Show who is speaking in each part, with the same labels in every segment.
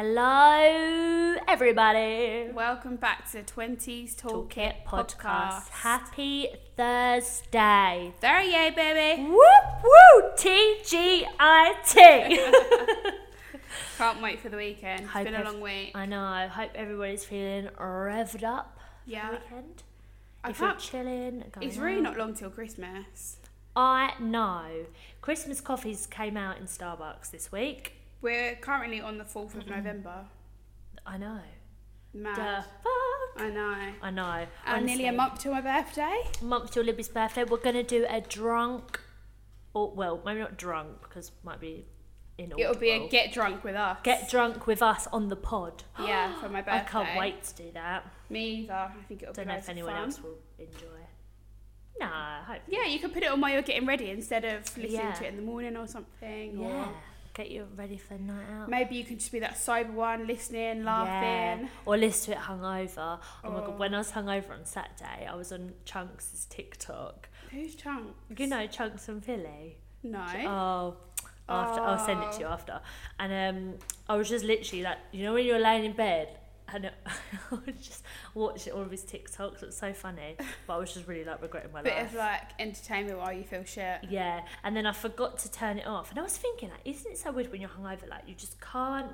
Speaker 1: Hello, everybody.
Speaker 2: Welcome back to 20s Toolkit
Speaker 1: Toolkit
Speaker 2: Podcast.
Speaker 1: Podcast. Happy Thursday.
Speaker 2: There, yay, baby.
Speaker 1: Whoop whoop. T G I T.
Speaker 2: Can't wait for the weekend. It's
Speaker 1: Hope
Speaker 2: been a
Speaker 1: ev-
Speaker 2: long week.
Speaker 1: I know. I hope everybody's feeling revved up.
Speaker 2: Yeah.
Speaker 1: For the weekend.
Speaker 2: I
Speaker 1: if you're
Speaker 2: can't,
Speaker 1: chilling, going
Speaker 2: it's really
Speaker 1: out.
Speaker 2: not long till Christmas.
Speaker 1: I know. Christmas coffees came out in Starbucks this week.
Speaker 2: We're currently on the 4th of November.
Speaker 1: I know.
Speaker 2: Mad.
Speaker 1: Duh, fuck.
Speaker 2: I know.
Speaker 1: I know.
Speaker 2: I'm nearly a
Speaker 1: Honestly.
Speaker 2: month till my birthday.
Speaker 1: month till Libby's birthday, we're gonna do a drunk, or well, maybe not drunk because might be in.
Speaker 2: It'll be a get drunk with us.
Speaker 1: get drunk with us on the pod.
Speaker 2: Yeah, for my birthday.
Speaker 1: I can't wait to do that.
Speaker 2: Me either. I think it'll
Speaker 1: Don't
Speaker 2: be
Speaker 1: know
Speaker 2: loads
Speaker 1: if
Speaker 2: of
Speaker 1: anyone
Speaker 2: fun.
Speaker 1: else will enjoy. Nah, hope.
Speaker 2: Yeah, you can put it on while you're getting ready instead of listening
Speaker 1: Yeah.
Speaker 2: to it in the morning or something.
Speaker 1: Yeah,
Speaker 2: Or
Speaker 1: get you ready for the night out.
Speaker 2: maybe you can just be that sober one, listening, laughing.
Speaker 1: Yeah. Or listen to it hungover. Oh my
Speaker 2: Oh.
Speaker 1: god, when I was hungover on Saturday, I was on Chunks' TikTok.
Speaker 2: Who's Chunk?
Speaker 1: You know Chunks and Philly.
Speaker 2: No.
Speaker 1: Oh, after I'll send it to you after. And um, I was just literally like, you know, when you're laying in bed and it- I was just watching all of his TikToks. It was so funny, but I was just really like regretting my
Speaker 2: bit
Speaker 1: life.
Speaker 2: of like entertainment while you feel shit.
Speaker 1: yeah, and then I forgot to turn it off, and I was thinking, like, isn't it so weird when you're hungover? Like, you just can't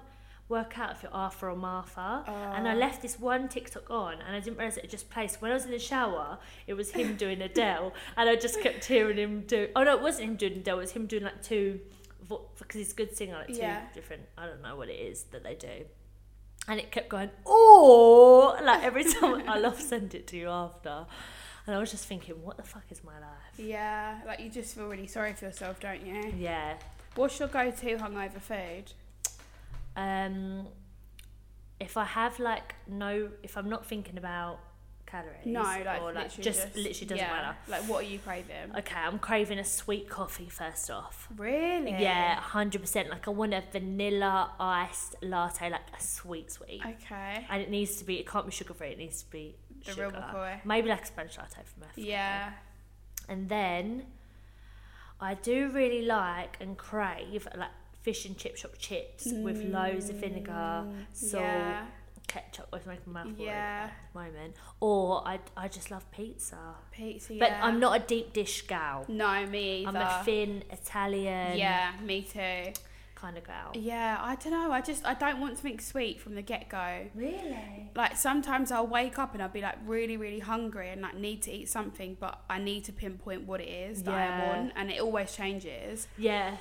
Speaker 1: work out if you're Arthur or Martha.
Speaker 2: Oh.
Speaker 1: And I left this one TikTok on, and I didn't realize it had just placed. When I was in the shower, it was him doing Adele, and I just kept hearing him do. Oh no, it wasn't him doing Adele. It was him doing like two, because he's a good singer, like two
Speaker 2: Yeah.
Speaker 1: different. I don't know what it is that they do. And it kept going, oh, like every time I love send it to you after. And I was just thinking, what the fuck is my life?
Speaker 2: Yeah, like you just feel really sorry for yourself, don't you?
Speaker 1: Yeah,
Speaker 2: What's your go-to hungover food?
Speaker 1: um if i have like no if i'm not thinking about calories
Speaker 2: No, like,
Speaker 1: or like
Speaker 2: literally
Speaker 1: just,
Speaker 2: just
Speaker 1: literally doesn't
Speaker 2: yeah,
Speaker 1: matter Oh,
Speaker 2: Like, what are you craving?
Speaker 1: okay i'm craving a sweet coffee first off
Speaker 2: Really?
Speaker 1: yeah 100% like i want a vanilla iced latte like a sweet sweet
Speaker 2: Okay.
Speaker 1: and it needs to be it can't be sugar free it needs to be
Speaker 2: The
Speaker 1: sugar
Speaker 2: real McCoy.
Speaker 1: maybe like a spanish latte from Africa.
Speaker 2: Yeah.
Speaker 1: and then i do really like and crave like fish and chip shop chips with loads of vinegar salt
Speaker 2: Mm, yeah.
Speaker 1: ketchup was making my mouth
Speaker 2: Yeah.
Speaker 1: yeah. at the moment. Or I, I just love pizza.
Speaker 2: Pizza.
Speaker 1: But
Speaker 2: yeah.
Speaker 1: I'm not a deep dish gal.
Speaker 2: No, me either.
Speaker 1: I'm a thin Italian
Speaker 2: Yeah, me too.
Speaker 1: kind of gal.
Speaker 2: Yeah, I don't know. I just I don't want something sweet from the get go.
Speaker 1: Really?
Speaker 2: Like sometimes I'll wake up and I'll be like really really hungry and like need to eat something, but I need to pinpoint what it is that
Speaker 1: Yeah.
Speaker 2: I am on, and it always changes.
Speaker 1: Yeah.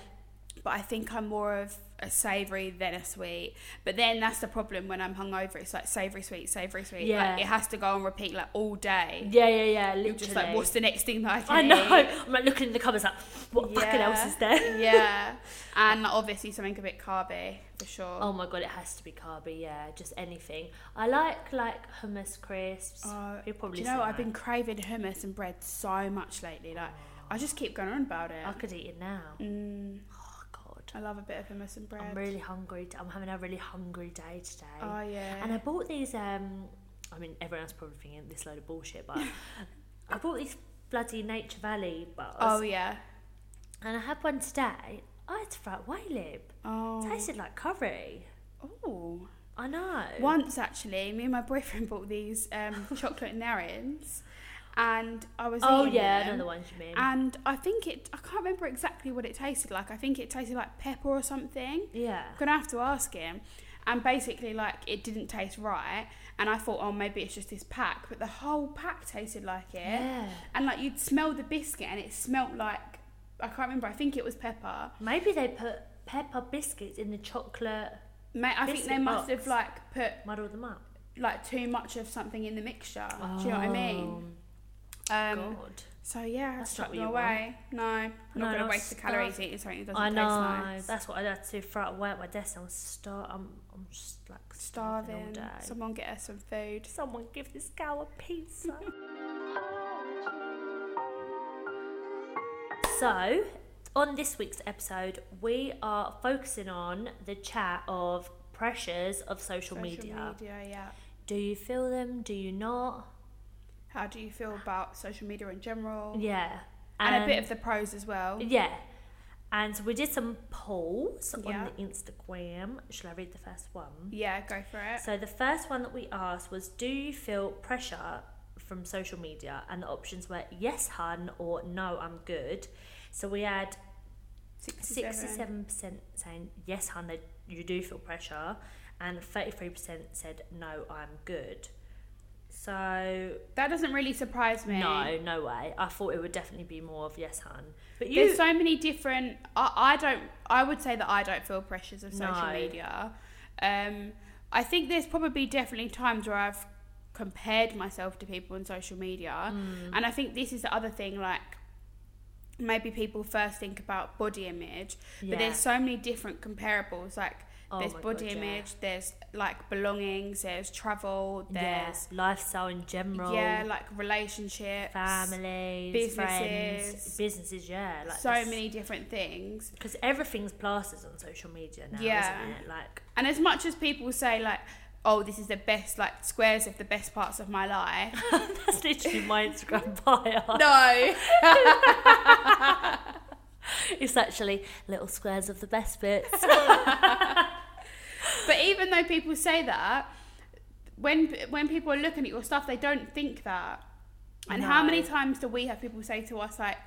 Speaker 2: but I think I'm more of a savoury than a sweet. But then that's the problem when I'm hungover. It's like savoury, sweet, savoury, sweet.
Speaker 1: Yeah.
Speaker 2: Like, it has to go on repeat like all day.
Speaker 1: Yeah, yeah, yeah. Literally.
Speaker 2: You're just like, what's the next thing that I can
Speaker 1: I know.
Speaker 2: eat?
Speaker 1: I'm like looking in the cupboards like, what fucking
Speaker 2: Yeah.
Speaker 1: else is there?
Speaker 2: yeah. And like, obviously something a bit carby, for sure.
Speaker 1: Oh my god, it has to be carby, yeah. Just anything. I like like hummus crisps.
Speaker 2: Uh,
Speaker 1: You'll probably
Speaker 2: Do you
Speaker 1: see
Speaker 2: know, I've
Speaker 1: that.
Speaker 2: been craving hummus and bread so much lately. Like, I just keep going on about it.
Speaker 1: I could eat it now.
Speaker 2: Mm,
Speaker 1: Oh god.
Speaker 2: I love a bit of hummus and bread.
Speaker 1: I'm really hungry. I'm having a really hungry day today.
Speaker 2: Oh, yeah.
Speaker 1: And I bought these. Um, I mean, everyone else probably thinking this load of bullshit, but I bought these bloody Nature Valley bars,
Speaker 2: oh, yeah.
Speaker 1: and I had one today. Oh, I had to throw it away, Lib. It
Speaker 2: Oh.
Speaker 1: Tasted like curry.
Speaker 2: Oh.
Speaker 1: I know.
Speaker 2: Once actually, me and my boyfriend bought these um, chocolate narins, and I was
Speaker 1: Oh
Speaker 2: eating
Speaker 1: yeah, I know
Speaker 2: them,
Speaker 1: the ones you mean.
Speaker 2: and I think it I can't remember exactly what it tasted like. I think it tasted like pepper or something.
Speaker 1: yeah.
Speaker 2: I'm gonna have to ask him. And basically, like it didn't taste right, and I thought, oh, maybe it's just this pack, but the whole pack tasted like it,
Speaker 1: Yeah.
Speaker 2: and like you'd smell the biscuit, and it smelt like I can't remember. I think it was pepper.
Speaker 1: Maybe they put pepper biscuits in the chocolate,
Speaker 2: Mate, I think
Speaker 1: Biscuit
Speaker 2: they must
Speaker 1: box.
Speaker 2: have like put
Speaker 1: muddle them up.
Speaker 2: like too much of something in the mixture. Do you know what I mean? Um,
Speaker 1: God.
Speaker 2: So yeah,
Speaker 1: Oh, That's
Speaker 2: that's chuck
Speaker 1: not what
Speaker 2: them
Speaker 1: you
Speaker 2: away. No, I'm
Speaker 1: No,
Speaker 2: not
Speaker 1: no,
Speaker 2: gonna waste the
Speaker 1: stuff.
Speaker 2: calories eating something that
Speaker 1: I
Speaker 2: doesn't
Speaker 1: know.
Speaker 2: taste nice.
Speaker 1: That's what I had to throw it away at my desk. I'm star. I'm. I'm just like starving,
Speaker 2: Starving.
Speaker 1: all day.
Speaker 2: Someone get us some food.
Speaker 1: Someone give this cow a pizza. so, on this week's episode, we are focusing on the chat of pressures of social, media.
Speaker 2: yeah.
Speaker 1: Do you feel them? Do you not?
Speaker 2: How do you feel about social media in general?
Speaker 1: Yeah. um,
Speaker 2: And a bit of the pros as well.
Speaker 1: Yeah. And so we did some polls
Speaker 2: Yeah.
Speaker 1: on the Instagram. Shall I read the first one?
Speaker 2: Yeah, go for it.
Speaker 1: So the first one that we asked was, "Do you feel pressure from social media?" And the options were yes, hun, or no, I'm good. So we had 67 percent saying yes, hun, they- you do feel pressure, and 33 percent said no, I'm good. So
Speaker 2: That doesn't really surprise me.
Speaker 1: no, no way. I thought it would definitely be more of yes, hun. But you,
Speaker 2: There's so many different. I, I don't. I would say that I don't feel pressures of social
Speaker 1: No.
Speaker 2: media. Um, I think there's probably definitely times where I've compared myself to people on social media,
Speaker 1: Mm.
Speaker 2: and I think this is the other thing. Like, maybe people first think about body image,
Speaker 1: Yeah.
Speaker 2: but there's so many different comparables. Like,
Speaker 1: Oh
Speaker 2: there's
Speaker 1: my God,
Speaker 2: body
Speaker 1: yeah.
Speaker 2: image. There's like belongings. There's travel.
Speaker 1: yeah,
Speaker 2: There's
Speaker 1: lifestyle in general,
Speaker 2: yeah, like relationships.
Speaker 1: families,
Speaker 2: businesses.
Speaker 1: friends, businesses. Yeah, like
Speaker 2: so many different things.
Speaker 1: because everything's plasters on social media now,
Speaker 2: Yeah.
Speaker 1: isn't it? Like
Speaker 2: And as much as people say like, oh, this is the best like squares of the best parts of my life.
Speaker 1: that's literally my Instagram bio.
Speaker 2: no.
Speaker 1: It's actually little squares of the best bits.
Speaker 2: But even though people say that, when when people are looking at your stuff, they don't think that. And how
Speaker 1: No.
Speaker 2: many times do we have people say to us like,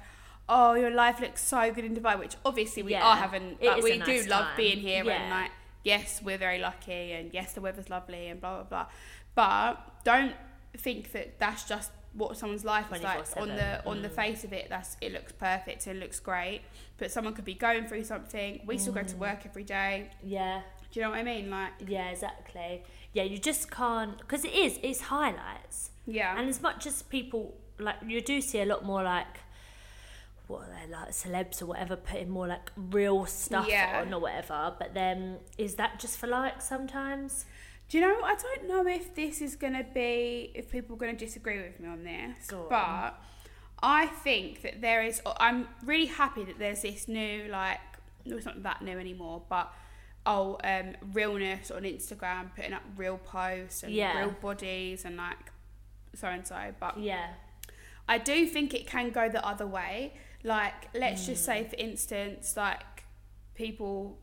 Speaker 2: "Oh, your life looks so good in Dubai," which obviously we
Speaker 1: Yeah,
Speaker 2: are having.
Speaker 1: it
Speaker 2: Like,
Speaker 1: is
Speaker 2: we
Speaker 1: a
Speaker 2: do
Speaker 1: nice
Speaker 2: love
Speaker 1: time.
Speaker 2: being here, and
Speaker 1: Yeah.
Speaker 2: like, yes, we're very lucky, and yes, the weather's lovely, and blah blah blah. But don't think that that's just what someone's life is like on the
Speaker 1: 24/7,
Speaker 2: on the face of it. That's it looks perfect, it looks great, but someone could be going through something. We still go
Speaker 1: Mm.
Speaker 2: to work every day.
Speaker 1: yeah.
Speaker 2: Do you know what I mean? Like,
Speaker 1: Yeah, exactly. Yeah, you just can't because it is it's highlights.
Speaker 2: yeah.
Speaker 1: And as much as people like, you do see a lot more like, what are they like, celebs or whatever, putting more like real stuff
Speaker 2: Yeah.
Speaker 1: on or whatever. But then, is that just for likes sometimes?
Speaker 2: Do you know? I don't know if this is going to be if people are going to disagree with me on this,
Speaker 1: Go on.
Speaker 2: but I think that there is. I'm really happy that there's this new like. Well, it's not that new anymore, but oh, um, realness on Instagram, putting up real posts and
Speaker 1: Yeah.
Speaker 2: real bodies and like so and so. But
Speaker 1: Yeah,
Speaker 2: I do think it can go the other way. Like, let's just say, for instance, like people,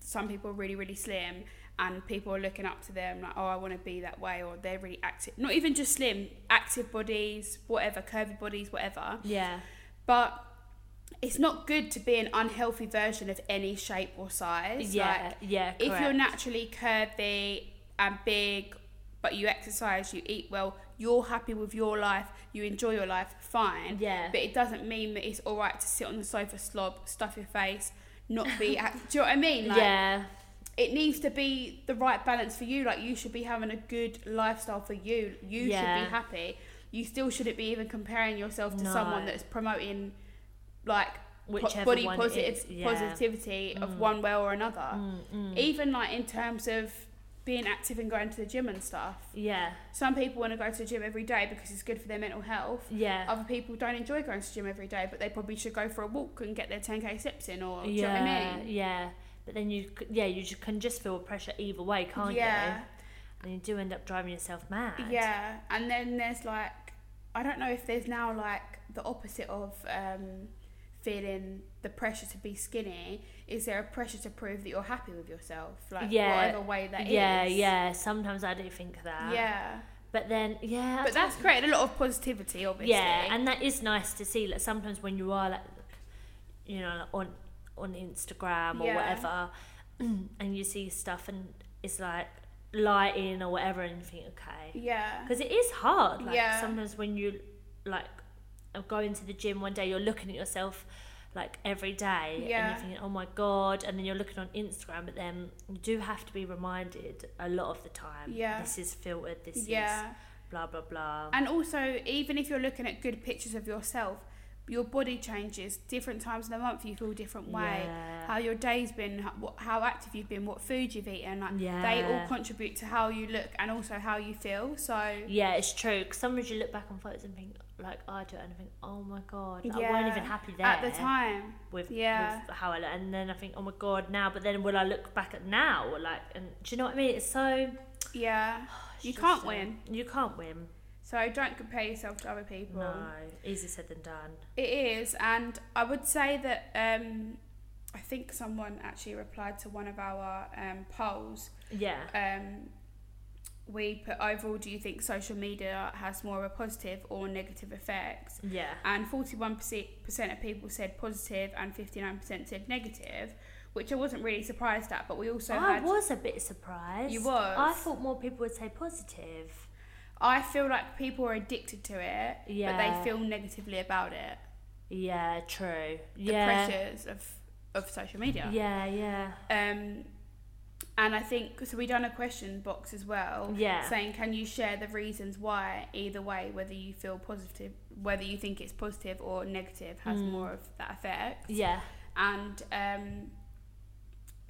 Speaker 2: some people are really, really slim, and people are looking up to them, like, oh, I want to be that way, or they're really active. Not even just slim, active bodies, whatever, curvy bodies, whatever.
Speaker 1: yeah,
Speaker 2: But it's not good to be an unhealthy version of any shape or size.
Speaker 1: yeah,
Speaker 2: Like,
Speaker 1: yeah.
Speaker 2: if you're
Speaker 1: correct.
Speaker 2: naturally curvy and big, but you exercise, you eat well, you're happy with your life, you enjoy your life, fine.
Speaker 1: Yeah.
Speaker 2: But it doesn't mean that it's all right to sit on the sofa, slob, stuff your face, not be. act- do you know what I mean? Like,
Speaker 1: yeah,
Speaker 2: It needs to be the right balance for you. Like you should be having a good lifestyle for you. You should
Speaker 1: Yeah.
Speaker 2: be happy. You still shouldn't be even comparing yourself to
Speaker 1: No.
Speaker 2: someone that's promoting like po-
Speaker 1: Whichever
Speaker 2: body
Speaker 1: one it
Speaker 2: positive
Speaker 1: is, yeah. Mm.
Speaker 2: positivity of one way or another even like in terms of being active and going to the gym and stuff.
Speaker 1: yeah,
Speaker 2: Some people want to go to the gym every day because it's good for their mental health.
Speaker 1: yeah,
Speaker 2: Other people don't enjoy going to the gym every day, but they probably should go for a walk and get their 10k steps in, or do you know what
Speaker 1: yeah,
Speaker 2: I mean?
Speaker 1: yeah. But then you, c- yeah, you ju- can just feel pressure either way, can't
Speaker 2: yeah,
Speaker 1: you? And you do end up driving yourself mad.
Speaker 2: yeah. And then there's like, I don't know if there's now like the opposite of um, feeling the pressure to be skinny. Is there a pressure to prove that you're happy with yourself, like
Speaker 1: Yeah.
Speaker 2: whatever way that is?
Speaker 1: yeah, yeah. Sometimes I do think that.
Speaker 2: yeah.
Speaker 1: But then, yeah. I
Speaker 2: But that's created a lot of positivity, obviously.
Speaker 1: Yeah, and that is nice to see. Like sometimes when you are like, you know, like, on on Instagram or
Speaker 2: Yeah.
Speaker 1: whatever, and you see stuff and it's like lighting or whatever, and you think, okay,
Speaker 2: yeah.
Speaker 1: because it is hard. Like
Speaker 2: Yeah.
Speaker 1: sometimes when you like are going to the gym one day, you're looking at yourself like every day and
Speaker 2: Yeah.
Speaker 1: you're thinking oh my god and then you're looking on instagram but then you do have to be reminded a lot of the time
Speaker 2: Yeah.
Speaker 1: this is filtered this is
Speaker 2: Yeah.
Speaker 1: blah blah blah
Speaker 2: And also, even if you're looking at good pictures of yourself, your body changes. Different times of the month, you feel a different way.
Speaker 1: Yeah.
Speaker 2: How your day's been, h- what, how active you've been, what food you've eaten. Like, They all
Speaker 1: Yeah.
Speaker 2: contribute to how you look and also how you feel. So,
Speaker 1: Yeah, it's true. 'cause sometimes you look back on photos and think, like I do, and I think, oh my god, like, I weren't
Speaker 2: Yeah.
Speaker 1: even happy there
Speaker 2: at the time,
Speaker 1: with,
Speaker 2: yeah.
Speaker 1: with how I look. And then I think, oh my god, now. But then will I look back at now? Like, and do you know what I mean? It's so
Speaker 2: yeah,
Speaker 1: Oh, it's
Speaker 2: you
Speaker 1: just,
Speaker 2: can't
Speaker 1: uh,
Speaker 2: win.
Speaker 1: You can't win.
Speaker 2: So don't compare yourself to other people.
Speaker 1: No, easier said than done.
Speaker 2: It is, and I would say that um, I think someone actually replied to one of our um, polls.
Speaker 1: Yeah.
Speaker 2: Um, we put overall, do you think social media has more of a positive or negative effect?
Speaker 1: Yeah.
Speaker 2: And 41% of people said positive and 59% said negative, which I wasn't really surprised at, but we also
Speaker 1: I
Speaker 2: had.
Speaker 1: was a bit surprised.
Speaker 2: You was?
Speaker 1: I thought more people would say positive.
Speaker 2: I feel like people are addicted to it,
Speaker 1: Yeah.
Speaker 2: but they feel negatively about it.
Speaker 1: Yeah, true.
Speaker 2: The
Speaker 1: yeah.
Speaker 2: pressures of, of social media.
Speaker 1: Yeah, yeah.
Speaker 2: Um, and I think so. We done a question box as well,
Speaker 1: Yeah.
Speaker 2: saying can you share the reasons why either way, whether you feel positive, whether you think it's positive or negative, has
Speaker 1: Mm.
Speaker 2: more of that effect.
Speaker 1: Yeah.
Speaker 2: And um,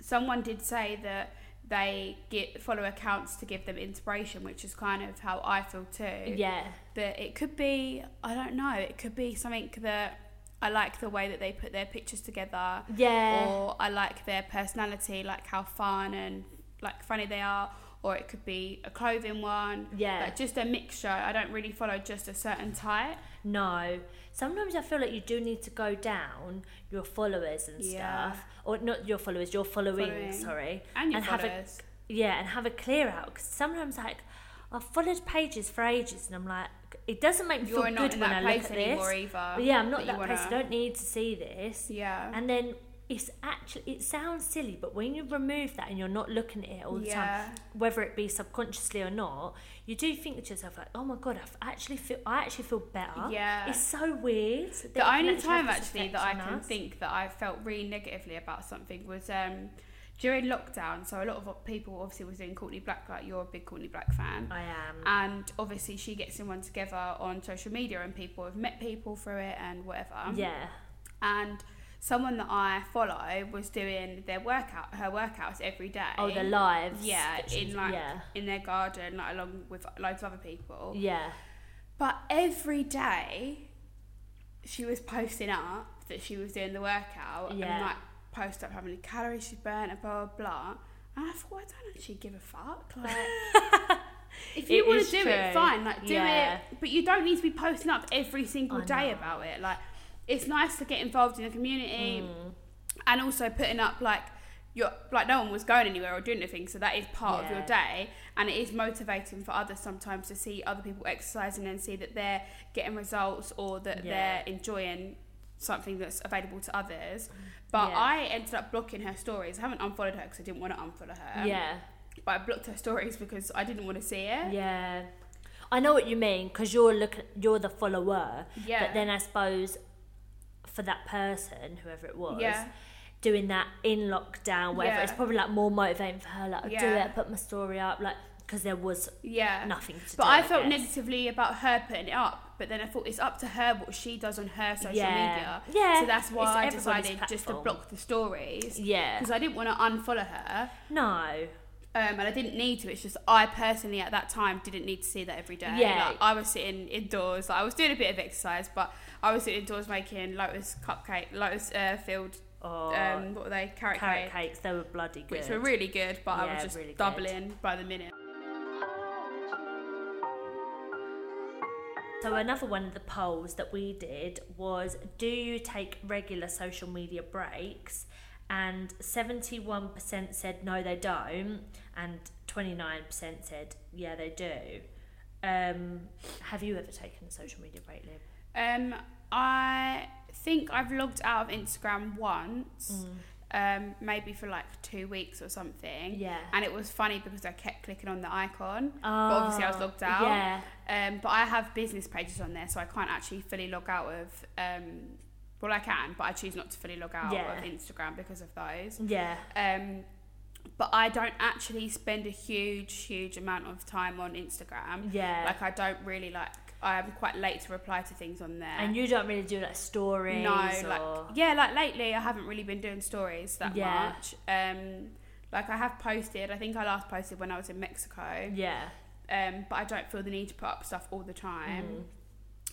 Speaker 2: someone did say that they get follow accounts to give them inspiration, which is kind of how I feel too.
Speaker 1: Yeah.
Speaker 2: But it could be I don't know. It could be something that I like the way that they put their pictures together
Speaker 1: Yeah.
Speaker 2: or I like their personality, like how fun and like funny they are, or it could be a clothing one,
Speaker 1: yeah.
Speaker 2: like just a mixture. I don't really follow just a certain type.
Speaker 1: No. Sometimes I feel like you do need to go down your followers and
Speaker 2: Yeah.
Speaker 1: stuff. Or not your followers, your following,
Speaker 2: Following.
Speaker 1: sorry.
Speaker 2: And your
Speaker 1: And have a-
Speaker 2: followers,
Speaker 1: Yeah, and have a clear out. Because sometimes, like, I've followed pages for ages and I'm like, it doesn't make me
Speaker 2: you're
Speaker 1: feel
Speaker 2: not
Speaker 1: good
Speaker 2: in
Speaker 1: when
Speaker 2: that
Speaker 1: I
Speaker 2: place
Speaker 1: look at this.
Speaker 2: anymore either.
Speaker 1: But yeah, I'm not
Speaker 2: you
Speaker 1: that
Speaker 2: wanna-
Speaker 1: person. I don't need to see this.
Speaker 2: Yeah,
Speaker 1: And then it's actually, it sounds silly, but when you remove that and you're not looking at it all the time,
Speaker 2: yeah,
Speaker 1: whether it be subconsciously or not, you do think to yourself like, "Oh my god, I've actually feel I actually feel better."
Speaker 2: yeah.
Speaker 1: It's so weird. that it
Speaker 2: the
Speaker 1: can
Speaker 2: only
Speaker 1: actually have
Speaker 2: time
Speaker 1: this
Speaker 2: actually
Speaker 1: effect
Speaker 2: that I
Speaker 1: on
Speaker 2: can
Speaker 1: us.
Speaker 2: think that I felt really negatively about something was um, during lockdown. So a lot of people obviously was doing Courtney Black. Like you're a big Courtney Black fan.
Speaker 1: I am.
Speaker 2: and obviously she gets someone together on social media and people have met people through it and whatever
Speaker 1: yeah.
Speaker 2: and someone that i follow was doing their workout her workouts every day
Speaker 1: Oh, the lives.
Speaker 2: yeah
Speaker 1: that she's-
Speaker 2: in like
Speaker 1: yeah,
Speaker 2: in their garden like along with loads of other people
Speaker 1: yeah,
Speaker 2: but every day she was posting up that she was doing the workout and
Speaker 1: Yeah.
Speaker 2: like post up how many calories she burnt and blah blah blah. And I thought I don't actually give a fuck. Like if you
Speaker 1: It
Speaker 2: want
Speaker 1: is
Speaker 2: to do it,
Speaker 1: true.
Speaker 2: fine, like do
Speaker 1: Yeah.
Speaker 2: it. But you don't need to be posting up every single
Speaker 1: I
Speaker 2: day
Speaker 1: know.
Speaker 2: about it. Like it's nice to get involved in the community
Speaker 1: Mm.
Speaker 2: and also putting up like your like no one was going anywhere or doing anything, so that is part of your
Speaker 1: Yeah.
Speaker 2: day, and it is motivating for others sometimes to see other people exercising and see that they're getting results or that
Speaker 1: Yeah.
Speaker 2: they're enjoying something that's available to others. But
Speaker 1: Yeah.
Speaker 2: I ended up blocking her stories. I haven't unfollowed her because I didn't want to unfollow her.
Speaker 1: yeah,
Speaker 2: But I blocked her stories because I didn't want to see it.
Speaker 1: yeah. I know what you mean because you're look you're the follower,
Speaker 2: Yeah.
Speaker 1: but then I suppose for that person, whoever it was,
Speaker 2: Yeah.
Speaker 1: doing that in lockdown, whatever,
Speaker 2: Yeah.
Speaker 1: it's probably like more motivating for her. Like, I'll do
Speaker 2: Yeah.
Speaker 1: it, put my story up, like, because there was
Speaker 2: Yeah.
Speaker 1: nothing to do.
Speaker 2: But I felt
Speaker 1: guess.
Speaker 2: negatively about her putting it up. But then I thought it's up to her what she does on her social
Speaker 1: Yeah.
Speaker 2: media.
Speaker 1: Yeah,
Speaker 2: So that's why
Speaker 1: it's
Speaker 2: I
Speaker 1: everybody's
Speaker 2: decided just to
Speaker 1: platform.
Speaker 2: block the stories
Speaker 1: Yeah.
Speaker 2: because I didn't want to unfollow her.
Speaker 1: No.
Speaker 2: Um, and I didn't need to. It's just I personally at that time didn't need to see that every day.
Speaker 1: Yeah.
Speaker 2: Like, I was sitting indoors. Like, I was doing a bit of exercise, but I was sitting indoors making lotus cupcake, lotus uh, filled.
Speaker 1: Oh,
Speaker 2: Um, what were they? Carrot,
Speaker 1: carrot
Speaker 2: cake,
Speaker 1: cakes, they were bloody good.
Speaker 2: which were really good, but I was
Speaker 1: Yeah,
Speaker 2: just
Speaker 1: really good.
Speaker 2: doubling by the minute.
Speaker 1: so another one of the polls that we did was do you take regular social media breaks? And 71% said no they don't and 29% said yeah they do. Um, have you ever taken a social media break, Liv?
Speaker 2: Um, I think I've logged out of Instagram once, um, maybe for like two weeks or something.
Speaker 1: Mm. Yeah.
Speaker 2: And it was funny because I kept clicking on the icon.
Speaker 1: Oh,
Speaker 2: obviously I was logged out.
Speaker 1: Ah, Yeah.
Speaker 2: Um, but I have business pages on there, so I can't actually fully log out of. Um, well, I can, but I choose not to fully log out
Speaker 1: Yeah.
Speaker 2: of Instagram because of those.
Speaker 1: Yeah.
Speaker 2: Um, but I don't actually spend a huge, huge amount of time on Instagram.
Speaker 1: Yeah.
Speaker 2: Like I don't really like. I'm quite late to reply to things on there.
Speaker 1: and you don't really do like stories
Speaker 2: no,
Speaker 1: or
Speaker 2: like yeah, like lately I haven't really been doing stories that
Speaker 1: Yeah.
Speaker 2: much. Um, like I have posted. I think I last posted when I was in Mexico.
Speaker 1: yeah.
Speaker 2: Um, but I don't
Speaker 1: Mm-hmm.
Speaker 2: feel the need to put up stuff all the time.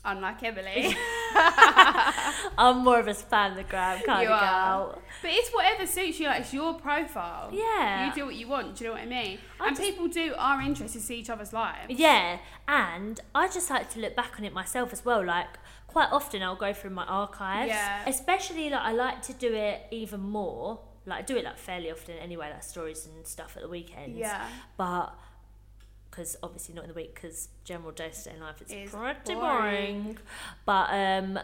Speaker 2: Unlike Emily,
Speaker 1: I'm more of a spam the gram kind
Speaker 2: You
Speaker 1: of
Speaker 2: are.
Speaker 1: girl.
Speaker 2: But it's whatever suits you. Like it's your profile.
Speaker 1: Yeah.
Speaker 2: You do what you want. Do you know what I mean?
Speaker 1: I
Speaker 2: and
Speaker 1: just-
Speaker 2: people do are interested to see each other's lives.
Speaker 1: Yeah, and I just like to look back on it myself as well. Like quite often, I'll go through my archives.
Speaker 2: Yeah.
Speaker 1: Especially like I like to do it even more. Like I do it like fairly often anyway, like stories and stuff at the weekends.
Speaker 2: Yeah.
Speaker 1: But because obviously not in the week because general day-to-day life it's
Speaker 2: Is
Speaker 1: pretty boring.
Speaker 2: boring.
Speaker 1: But um,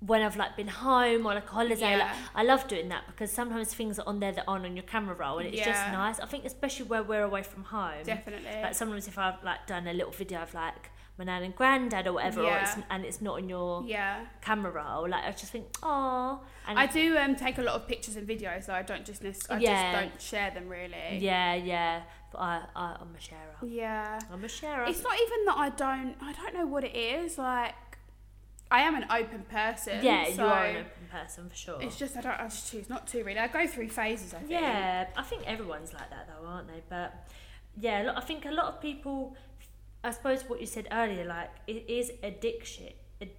Speaker 1: when I've like been home or like a holiday,
Speaker 2: Yeah.
Speaker 1: like, I love doing that because sometimes things are on there that aren't on your camera roll, and it's just
Speaker 2: Yeah.
Speaker 1: nice. I think especially where we're away from home.
Speaker 2: Definitely.
Speaker 1: Like sometimes if I've like done a little video of like my nan and granddad or whatever, or it's,
Speaker 2: Yeah.
Speaker 1: and it's not on your
Speaker 2: yeah.
Speaker 1: camera roll, like I just think, oh, and
Speaker 2: I do um, take a lot of pictures and videos, so I don't just nec- I
Speaker 1: Yeah.
Speaker 2: just don't share them really.
Speaker 1: yeah, yeah. But I, I, I'm a sharer.
Speaker 2: Yeah.
Speaker 1: I'm a sharer.
Speaker 2: It's not even that I don't I don't know what it is. Like I am an open person.
Speaker 1: yeah,
Speaker 2: so
Speaker 1: you are an open person for sure.
Speaker 2: It's just I don't I just choose not to really. I go through phases. I think.
Speaker 1: Yeah, I think everyone's like that though, aren't they? But yeah, lo- I think a lot of people. I suppose what you said earlier, like it is addiction. Ad-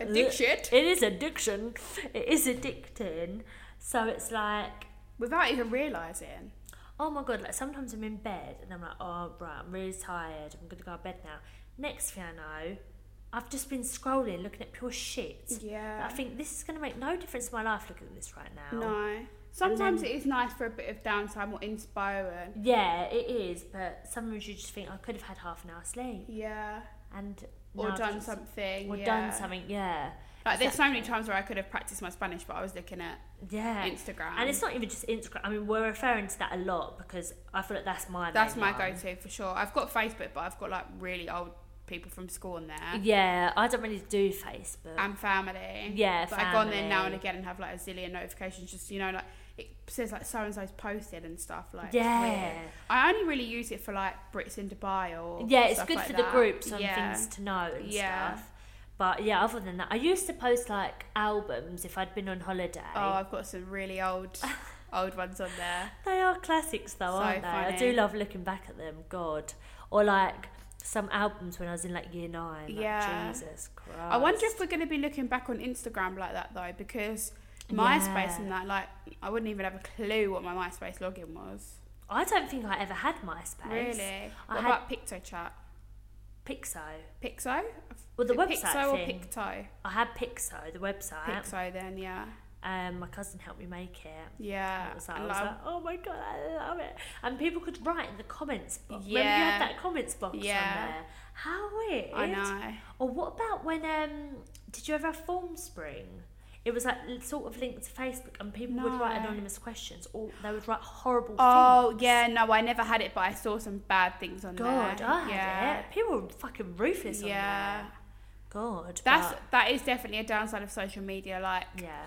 Speaker 2: Addiction
Speaker 1: It is addiction. It is addicting. So it's like
Speaker 2: without even realizing.
Speaker 1: oh my god, like sometimes I'm in bed and I'm like, oh right, I'm really tired, I'm gonna go to bed now. Next thing I know, I've just been scrolling, looking at pure shit.
Speaker 2: Yeah.
Speaker 1: I think this is gonna make no difference to my life looking at this right now.
Speaker 2: No. Sometimes
Speaker 1: then-
Speaker 2: it is nice for a bit of downtime or inspiring.
Speaker 1: Yeah, it is, but sometimes you just think I could have had half an hour sleep
Speaker 2: Yeah.
Speaker 1: and
Speaker 2: Or
Speaker 1: now I've
Speaker 2: done
Speaker 1: just-
Speaker 2: something.
Speaker 1: or
Speaker 2: yeah.
Speaker 1: done something, yeah,
Speaker 2: Like there's so many times where I could have practiced my Spanish, but I was looking at
Speaker 1: yeah.
Speaker 2: Instagram.
Speaker 1: and it's not even just Instagram. I mean, we're referring to that a lot because I feel like that's my
Speaker 2: that's
Speaker 1: main
Speaker 2: my
Speaker 1: one.
Speaker 2: go-to for sure. I've got Facebook, but I've got like really old people from school on there
Speaker 1: Yeah, I don't really do Facebook.
Speaker 2: and family.
Speaker 1: yeah,
Speaker 2: But I go on there now and
Speaker 1: family.
Speaker 2: again and have like a zillion notifications. Just you know, like it says like so and so's posted and stuff. Like it's
Speaker 1: Yeah.
Speaker 2: weird. I only really use it for like Brits in Dubai or
Speaker 1: Yeah, it's
Speaker 2: stuff
Speaker 1: good
Speaker 2: like
Speaker 1: for the
Speaker 2: that.
Speaker 1: groups on
Speaker 2: yeah.
Speaker 1: things to know and
Speaker 2: Yeah.
Speaker 1: stuff. But yeah, other than that, I used to post like albums if I'd been on holiday.
Speaker 2: Oh, I've got some really old, old ones on there.
Speaker 1: They are classics though,
Speaker 2: So
Speaker 1: aren't they? I do
Speaker 2: funny.
Speaker 1: love looking back at them, God. Or like some albums when I was in like year nine. Like,
Speaker 2: Yeah.
Speaker 1: Jesus Christ.
Speaker 2: I wonder if we're going to be looking back on Instagram like that though, because MySpace
Speaker 1: Yeah.
Speaker 2: and that, like, I wouldn't even have a clue what my MySpace login was.
Speaker 1: I don't think I ever had MySpace.
Speaker 2: Really?
Speaker 1: I
Speaker 2: What
Speaker 1: had-
Speaker 2: about PictoChat?
Speaker 1: Pixo.
Speaker 2: Pixo?
Speaker 1: Well, the
Speaker 2: Is it
Speaker 1: website
Speaker 2: Pixo
Speaker 1: thing.
Speaker 2: or Picto?
Speaker 1: I had Pixo, the website.
Speaker 2: Pixo then, yeah.
Speaker 1: Um, my cousin helped me make it.
Speaker 2: Yeah.
Speaker 1: I was, like, I
Speaker 2: and
Speaker 1: was
Speaker 2: like-
Speaker 1: like, oh my god, I love it. And people could write in the comments box. Remember you
Speaker 2: Yeah.
Speaker 1: had that comments box
Speaker 2: Yeah.
Speaker 1: on there? How weird.
Speaker 2: I know.
Speaker 1: Or what about when, um, did you ever have Form Spring? It was like l- sort of linked to Facebook and people would write
Speaker 2: No.
Speaker 1: anonymous questions or they would write horrible
Speaker 2: Oh,
Speaker 1: things.
Speaker 2: yeah, no, I never had it, but I saw some bad things on there.
Speaker 1: God, I had
Speaker 2: yeah.
Speaker 1: it. People were fucking ruthless
Speaker 2: Yeah.
Speaker 1: on there. God.
Speaker 2: That's, that is definitely a downside of social media. Like,
Speaker 1: but- yeah.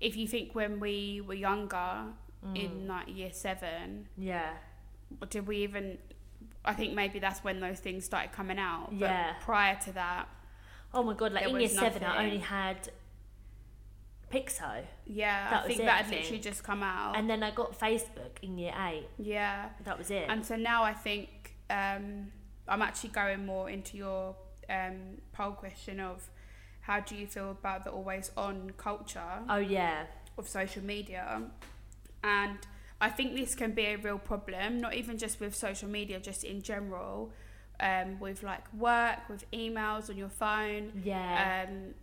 Speaker 2: if you think when we were younger,
Speaker 1: Mm.
Speaker 2: in like year seven,
Speaker 1: Yeah.
Speaker 2: Or did we even I think maybe that's when those things started coming out. But
Speaker 1: Yeah.
Speaker 2: prior to that,
Speaker 1: Oh my god, like
Speaker 2: There
Speaker 1: in year
Speaker 2: was
Speaker 1: seven I
Speaker 2: nothing.
Speaker 1: only had Pixo.
Speaker 2: yeah,
Speaker 1: That
Speaker 2: I
Speaker 1: was
Speaker 2: think
Speaker 1: it, I
Speaker 2: that had
Speaker 1: think.
Speaker 2: literally just come out.
Speaker 1: And then I got Facebook in year eight.
Speaker 2: yeah.
Speaker 1: That was it.
Speaker 2: And so now I think um, I'm actually going more into your um, poll question of how do you feel about the always on culture
Speaker 1: oh yeah.
Speaker 2: of social media? And I think this can be a real problem, not even just with social media, just in general, um, with like work, with emails on your phone,
Speaker 1: Yeah.
Speaker 2: um,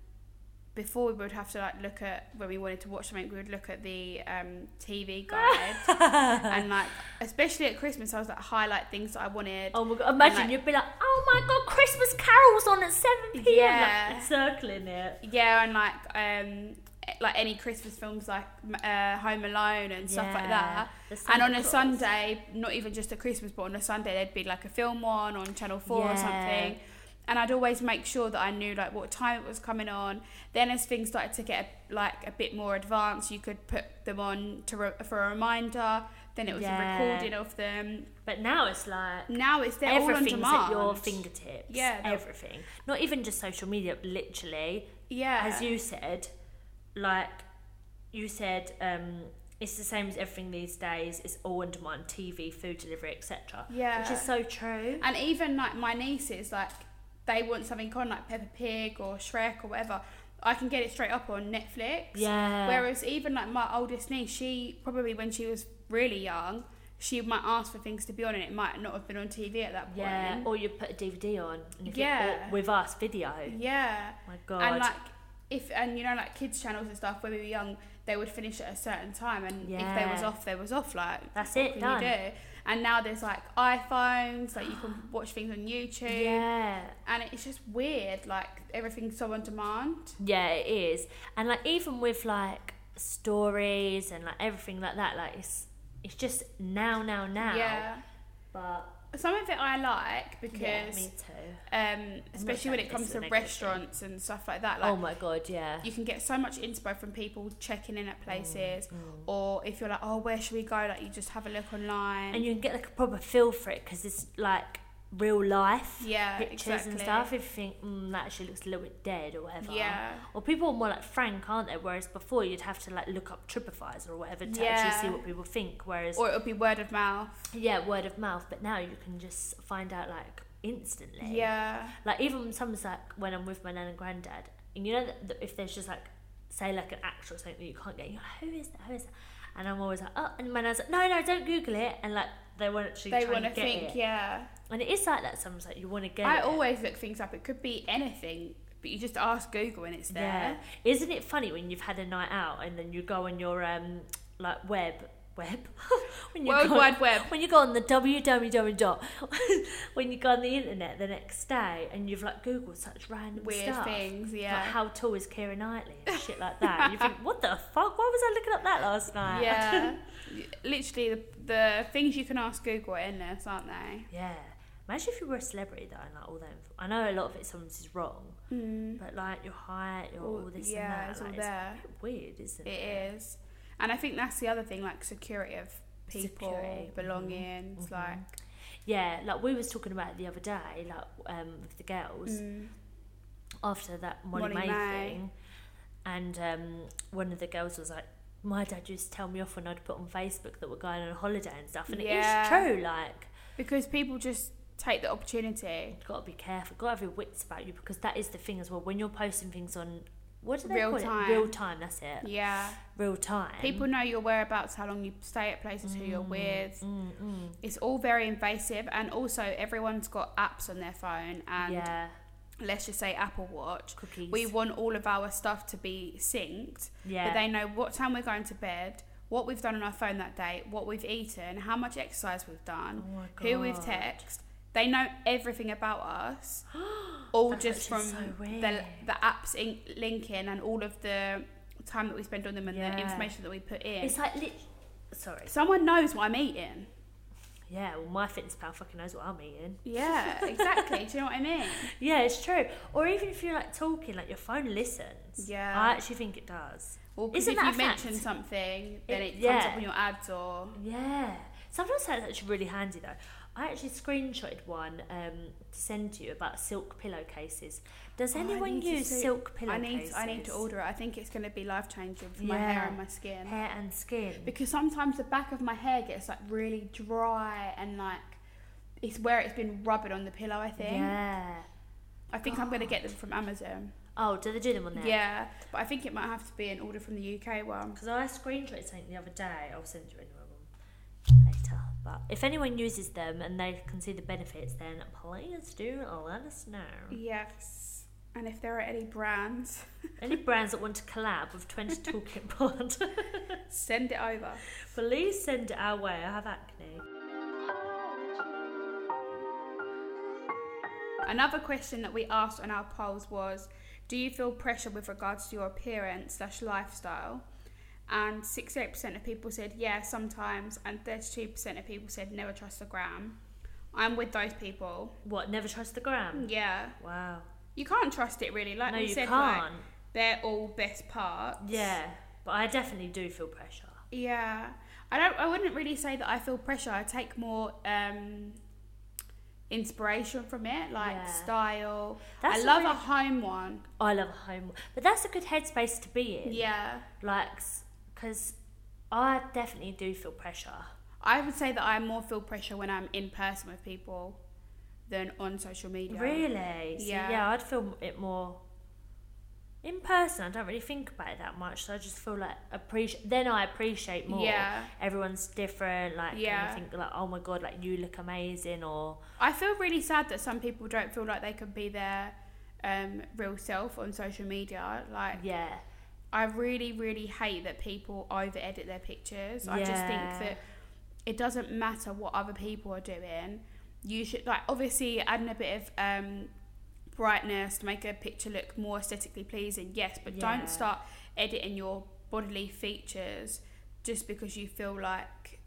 Speaker 2: before we would have to like look at when we wanted to watch something, we would look at the um, TV guide and like especially at Christmas, I was like highlight things that I wanted.
Speaker 1: oh my god, imagine
Speaker 2: like-
Speaker 1: you'd be like, oh my god, Christmas Carol's on at 7 pm.
Speaker 2: Yeah.
Speaker 1: Like, circling it.
Speaker 2: Yeah, and like um, like any Christmas films like m- uh, Home Alone and stuff like that.
Speaker 1: The
Speaker 2: And
Speaker 1: Santa
Speaker 2: on a
Speaker 1: Claus.
Speaker 2: Sunday, not even just a Christmas, but on a Sunday there'd be like a film on on Channel Four
Speaker 1: Yeah.
Speaker 2: or something. And I'd always make sure that I knew like what time it was coming on. Then as things started to get like a bit more advanced, you could put them on to re- for a reminder. Then it was
Speaker 1: Yeah.
Speaker 2: a recording of them.
Speaker 1: But now it's like
Speaker 2: Now it's there all on
Speaker 1: everything's
Speaker 2: demand.
Speaker 1: at your fingertips.
Speaker 2: Yeah, they're-
Speaker 1: Everything. Not even just social media, but literally.
Speaker 2: Yeah.
Speaker 1: As you said, like you said, um, it's the same as everything these days. It's all on demand, TV, food delivery, etc.
Speaker 2: Yeah.
Speaker 1: Which is so true.
Speaker 2: And even like my nieces, like they want something on like Peppa Pig or Shrek or whatever. I can get it straight up on Netflix.
Speaker 1: Yeah.
Speaker 2: Whereas even like my oldest niece, she probably when she was really young, she might ask for things to be on and it might not have been on TV at that point.
Speaker 1: yeah, or you put a DVD on. And if
Speaker 2: Yeah.
Speaker 1: It, or with us, video.
Speaker 2: Yeah.
Speaker 1: My Oh, God.
Speaker 2: And like if and you know like kids channels and stuff when we were young, they would finish at a certain time and if they was
Speaker 1: Yeah.
Speaker 2: off, they was off. Like
Speaker 1: That's
Speaker 2: what
Speaker 1: it,
Speaker 2: can
Speaker 1: done.
Speaker 2: you do? And now there's like iPhones, like you can watch things on YouTube,
Speaker 1: yeah.
Speaker 2: and it's just weird. Like everything's so on demand.
Speaker 1: Yeah, it is. And like even with like stories and like everything like that, like it's it's just now, now, now.
Speaker 2: Yeah.
Speaker 1: But
Speaker 2: Some of it I like because
Speaker 1: yeah, me too.
Speaker 2: um, especially when
Speaker 1: saying
Speaker 2: it comes
Speaker 1: it's
Speaker 2: to
Speaker 1: a negative thing.
Speaker 2: restaurants and stuff like that. Like,
Speaker 1: oh my god, yeah.
Speaker 2: you can get so much inspo from people checking in at places, or if you're like, oh, where should we go? Like, you just have a look online.
Speaker 1: And you can get like a proper feel for it because it's like real life
Speaker 2: yeah,
Speaker 1: pictures
Speaker 2: exactly.
Speaker 1: and stuff. If you think mm, that actually looks a little bit dead or whatever.
Speaker 2: Yeah,
Speaker 1: Or people are more like frank, aren't they? Whereas before you'd have to like look up TripAdvisor or whatever to
Speaker 2: Yeah.
Speaker 1: actually see what people think. Whereas
Speaker 2: or it'll be word of mouth.
Speaker 1: yeah, word of mouth. But now you can just find out like instantly.
Speaker 2: Yeah,
Speaker 1: like even sometimes like when I'm with my nan and granddad, and you know that, that if there's just like say like an actor or something that you can't get, you're like, who is that? Who is that? And I'm always like, oh, and my nan's like, no, no, don't Google it, and like they won't actually
Speaker 2: they
Speaker 1: try
Speaker 2: want
Speaker 1: and
Speaker 2: to
Speaker 1: get
Speaker 2: think.
Speaker 1: it.
Speaker 2: Yeah,
Speaker 1: And it is like that sometimes, like you want to get.
Speaker 2: I
Speaker 1: it.
Speaker 2: always look things up. It could be anything, but you just ask Google and it's
Speaker 1: Yeah.
Speaker 2: there.
Speaker 1: Isn't it funny when you've had a night out and then you go on your um like web web when
Speaker 2: World
Speaker 1: go on-
Speaker 2: Wide Web.
Speaker 1: when you go on the www dot when you go on the internet the next day and you've like googled such random
Speaker 2: Weird
Speaker 1: stuff.
Speaker 2: things.
Speaker 1: Like,
Speaker 2: Yeah,
Speaker 1: how tall is Kira Knightley and shit like that. And you think, what the fuck? Why was I looking up that last night?
Speaker 2: yeah. Literally, the, the things you can ask Google are endless, aren't they?
Speaker 1: yeah. Imagine if you were a celebrity though, and like all that. Inf- I know a lot of it sometimes is wrong,
Speaker 2: Mm.
Speaker 1: but like your height, your all,
Speaker 2: All-
Speaker 1: this
Speaker 2: yeah,
Speaker 1: and that.
Speaker 2: it's
Speaker 1: like,
Speaker 2: all there.
Speaker 1: It's a bit weird, isn't it?
Speaker 2: It is. And I think that's the other thing, like security of people,
Speaker 1: Security, mhm,
Speaker 2: belongings,
Speaker 1: mhm.
Speaker 2: like
Speaker 1: Yeah, like we was talking about it the other day, like um, with the girls
Speaker 2: mm,
Speaker 1: after that Molly,
Speaker 2: Molly
Speaker 1: May,
Speaker 2: May.
Speaker 1: thing, and um, one of the girls was like. My dad used to tell me off when I'd put on Facebook that we're going on holiday and stuff, and
Speaker 2: Yeah.
Speaker 1: it is true. Like,
Speaker 2: because people just take the opportunity.
Speaker 1: You've got to be careful. Got to have your wits about you because that is the thing as well. When you're posting things on, what do they
Speaker 2: Real
Speaker 1: call
Speaker 2: time.
Speaker 1: it? Real time. That's it.
Speaker 2: Yeah,
Speaker 1: Real time. Mm,
Speaker 2: people know your whereabouts, how long you stay at places, who
Speaker 1: Mm-hmm.
Speaker 2: you're with. It's all very invasive, and also everyone's got apps on their phone, and
Speaker 1: yeah.
Speaker 2: let's just say Apple Watch.
Speaker 1: Cookies.
Speaker 2: We want all of our stuff to be synced,
Speaker 1: yeah.
Speaker 2: but they know what time we're going to bed, what we've done on our phone that day, what we've eaten, how much exercise we've done,
Speaker 1: Oh my
Speaker 2: who we've
Speaker 1: God.
Speaker 2: texted. They know everything about us, all
Speaker 1: That's
Speaker 2: just from
Speaker 1: actually so
Speaker 2: the
Speaker 1: weird.
Speaker 2: the apps in- linking and all of the time that we spend on them and
Speaker 1: Yeah.
Speaker 2: the information that we put in.
Speaker 1: It's like lit. Sorry.
Speaker 2: Someone knows what I'm eating.
Speaker 1: Yeah. Well, my fitness pal fucking knows what I'm eating.
Speaker 2: Yeah, exactly. Do you know what I mean?
Speaker 1: Yeah, it's true. Or even if you're like talking, like your phone listens.
Speaker 2: Yeah.
Speaker 1: I actually think it does.
Speaker 2: Well, 'cause
Speaker 1: Isn't
Speaker 2: if
Speaker 1: that
Speaker 2: you
Speaker 1: a fact?
Speaker 2: mention something, then
Speaker 1: It-
Speaker 2: it, comes
Speaker 1: yeah.
Speaker 2: up on your ads or
Speaker 1: Yeah. Sometimes that's actually really handy though. I actually screenshotted one um, to send to you about silk pillowcases. Does
Speaker 2: Oh, I
Speaker 1: anyone
Speaker 2: need to
Speaker 1: use
Speaker 2: see-
Speaker 1: silk
Speaker 2: I
Speaker 1: pillowcases?
Speaker 2: need I need to order it. I think it's going to be life changing for my hair
Speaker 1: Yeah.
Speaker 2: and my skin.
Speaker 1: hair and skin.
Speaker 2: because sometimes the back of my hair gets like really dry and like it's where it's been rubbing on the pillow. I think.
Speaker 1: Yeah.
Speaker 2: I think I'm gonna get them from Amazon.
Speaker 1: Oh, do they do them on
Speaker 2: Yeah.
Speaker 1: there?
Speaker 2: but I think it might have to be an order from the UK one.
Speaker 1: Because I screenshotted something the other day. I'll send you another one later. But if anyone uses them and they can see the benefits, then please do let us know.
Speaker 2: Yes, and if there are any brands,
Speaker 1: Any brands that want to collab with 20 Talking Pod,
Speaker 2: send it over.
Speaker 1: please send it our way. I have acne.
Speaker 2: Another question that we asked on our polls was, do you feel pressure with regards to your appearance slash lifestyle? And 68% of people said yeah, sometimes, and 32% of people said never trust the gram. I'm with those people.
Speaker 1: What, never trust the gram?
Speaker 2: Yeah,
Speaker 1: Wow.
Speaker 2: you can't trust it really. Like
Speaker 1: no,
Speaker 2: we
Speaker 1: you
Speaker 2: said,
Speaker 1: can't.
Speaker 2: Like, they're all best parts.
Speaker 1: yeah. But I definitely do feel pressure.
Speaker 2: Yeah. I don't I wouldn't really say that I feel pressure. I take more um inspiration from it, like
Speaker 1: Yeah.
Speaker 2: style.
Speaker 1: That's
Speaker 2: I
Speaker 1: a
Speaker 2: love a
Speaker 1: really-
Speaker 2: home one.
Speaker 1: I love home. But that's a good headspace to be in.
Speaker 2: Yeah.
Speaker 1: Like, because I definitely do feel pressure.
Speaker 2: I would say that I more feel pressure when I'm in person with people than on social media.
Speaker 1: Really? So,
Speaker 2: Yeah.
Speaker 1: yeah. I'd feel it more in person, I don't really think about it that much. So I just feel like appreciate. Then I appreciate more.
Speaker 2: Yeah.
Speaker 1: Everyone's different. Like, yeah.
Speaker 2: Yeah.
Speaker 1: I think like, oh my god, like you look amazing, or
Speaker 2: I feel really sad that some people don't feel like they can be their um, real self on social media. Like,
Speaker 1: yeah,
Speaker 2: I really, really hate that people over edit their pictures. I just think
Speaker 1: Yeah.
Speaker 2: that it doesn't matter what other people are doing. You should, like, obviously adding a bit of um, brightness to make a picture look more aesthetically pleasing, yes, but
Speaker 1: Yeah.
Speaker 2: don't start editing your bodily features just because you feel like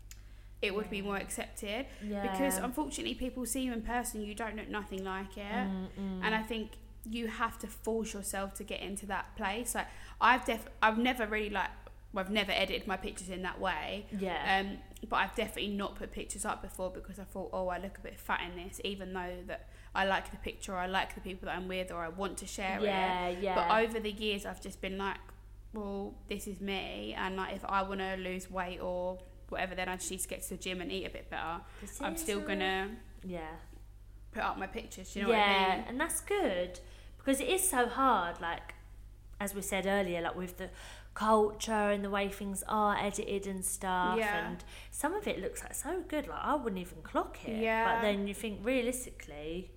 Speaker 2: it would be more accepted.
Speaker 1: yeah.
Speaker 2: Because unfortunately, people see you in person, you don't look nothing like it. And I
Speaker 1: Mm.
Speaker 2: think you have to force yourself to get into that place. Like I've def, I've never really like, well, I've never edited my pictures in that way.
Speaker 1: yeah,
Speaker 2: Um, but I've definitely not put pictures up before because I thought, oh, I look a bit fat in this, even though that I like the picture, or I like the people that I'm with, or I want to share it.
Speaker 1: yeah, yeah.
Speaker 2: But over the years, I've just been like, well, this is me, and like if I want to lose weight or whatever, then I just need to get to the gym and eat a bit better.
Speaker 1: This
Speaker 2: I'm
Speaker 1: is
Speaker 2: still
Speaker 1: all-
Speaker 2: gonna
Speaker 1: yeah.
Speaker 2: put up my pictures. Do you know
Speaker 1: yeah,
Speaker 2: what I mean?
Speaker 1: and that's good because it is so hard. Like as we said earlier, like with the culture and the way things are edited and stuff,
Speaker 2: Yeah.
Speaker 1: and some of it looks like so good. Like I wouldn't even clock it.
Speaker 2: Yeah.
Speaker 1: But then you think realistically,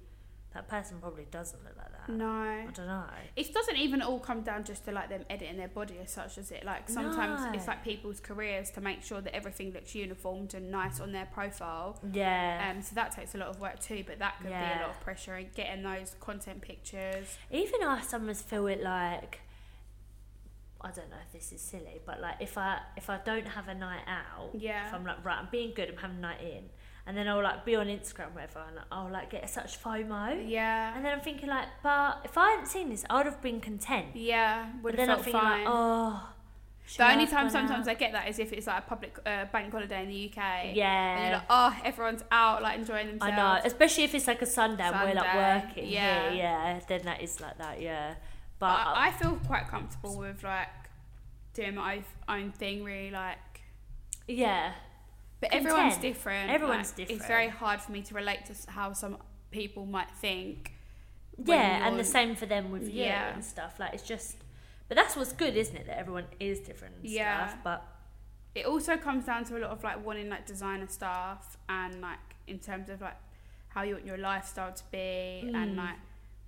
Speaker 1: that person probably doesn't look like that. I
Speaker 2: No.
Speaker 1: don't know.
Speaker 2: It doesn't even all come down just to like them editing their body as such, does it? Like sometimes
Speaker 1: No.
Speaker 2: it's like people's careers to make sure that everything looks uniformed and nice on their profile.
Speaker 1: Yeah.
Speaker 2: Um, so that takes a lot of work too, but that could be
Speaker 1: Yeah.
Speaker 2: a lot of pressure and getting those content pictures.
Speaker 1: Even I sometimes feel it like. I don't know if this is silly, but like if I if I don't have a night out,
Speaker 2: Yeah.
Speaker 1: If I'm like, right, I'm being good, I'm having a night in. And then I'll like be on Instagram, whatever, and I'll like get such FOMO.
Speaker 2: Yeah.
Speaker 1: And then I'm thinking like, but if I hadn't seen this, I would have been content.
Speaker 2: Yeah.
Speaker 1: but
Speaker 2: Would
Speaker 1: then
Speaker 2: have
Speaker 1: I'm
Speaker 2: felt
Speaker 1: thinking
Speaker 2: fine.
Speaker 1: like, oh. should
Speaker 2: the
Speaker 1: I
Speaker 2: only
Speaker 1: have
Speaker 2: time
Speaker 1: gone
Speaker 2: sometimes
Speaker 1: out?
Speaker 2: I get that is if it's like a public uh, bank holiday in the UK. And you're
Speaker 1: yeah,
Speaker 2: like, oh, everyone's out, like enjoying
Speaker 1: I
Speaker 2: themselves.
Speaker 1: know, especially if it's like a Sunday, and we're
Speaker 2: Sunday,
Speaker 1: like working.
Speaker 2: yeah.
Speaker 1: Yeah, yeah. Then that is like that. Yeah,
Speaker 2: But
Speaker 1: but
Speaker 2: I, I feel quite comfortable with like doing my own- own thing, really. Like,
Speaker 1: yeah,
Speaker 2: but
Speaker 1: Content.
Speaker 2: everyone's different.
Speaker 1: Everyone's
Speaker 2: like, It's
Speaker 1: different.
Speaker 2: very hard for me to relate to s- how some people might think. when
Speaker 1: yeah, and
Speaker 2: you're-
Speaker 1: the same for them with you
Speaker 2: Yeah.
Speaker 1: and stuff. Like it's just, but that's what's good, isn't it? That everyone is different. And
Speaker 2: Yeah.
Speaker 1: Stuff, but
Speaker 2: It also comes down to a lot of like wanting like designer stuff and like in terms of like how you want your lifestyle to be and
Speaker 1: Mm.
Speaker 2: like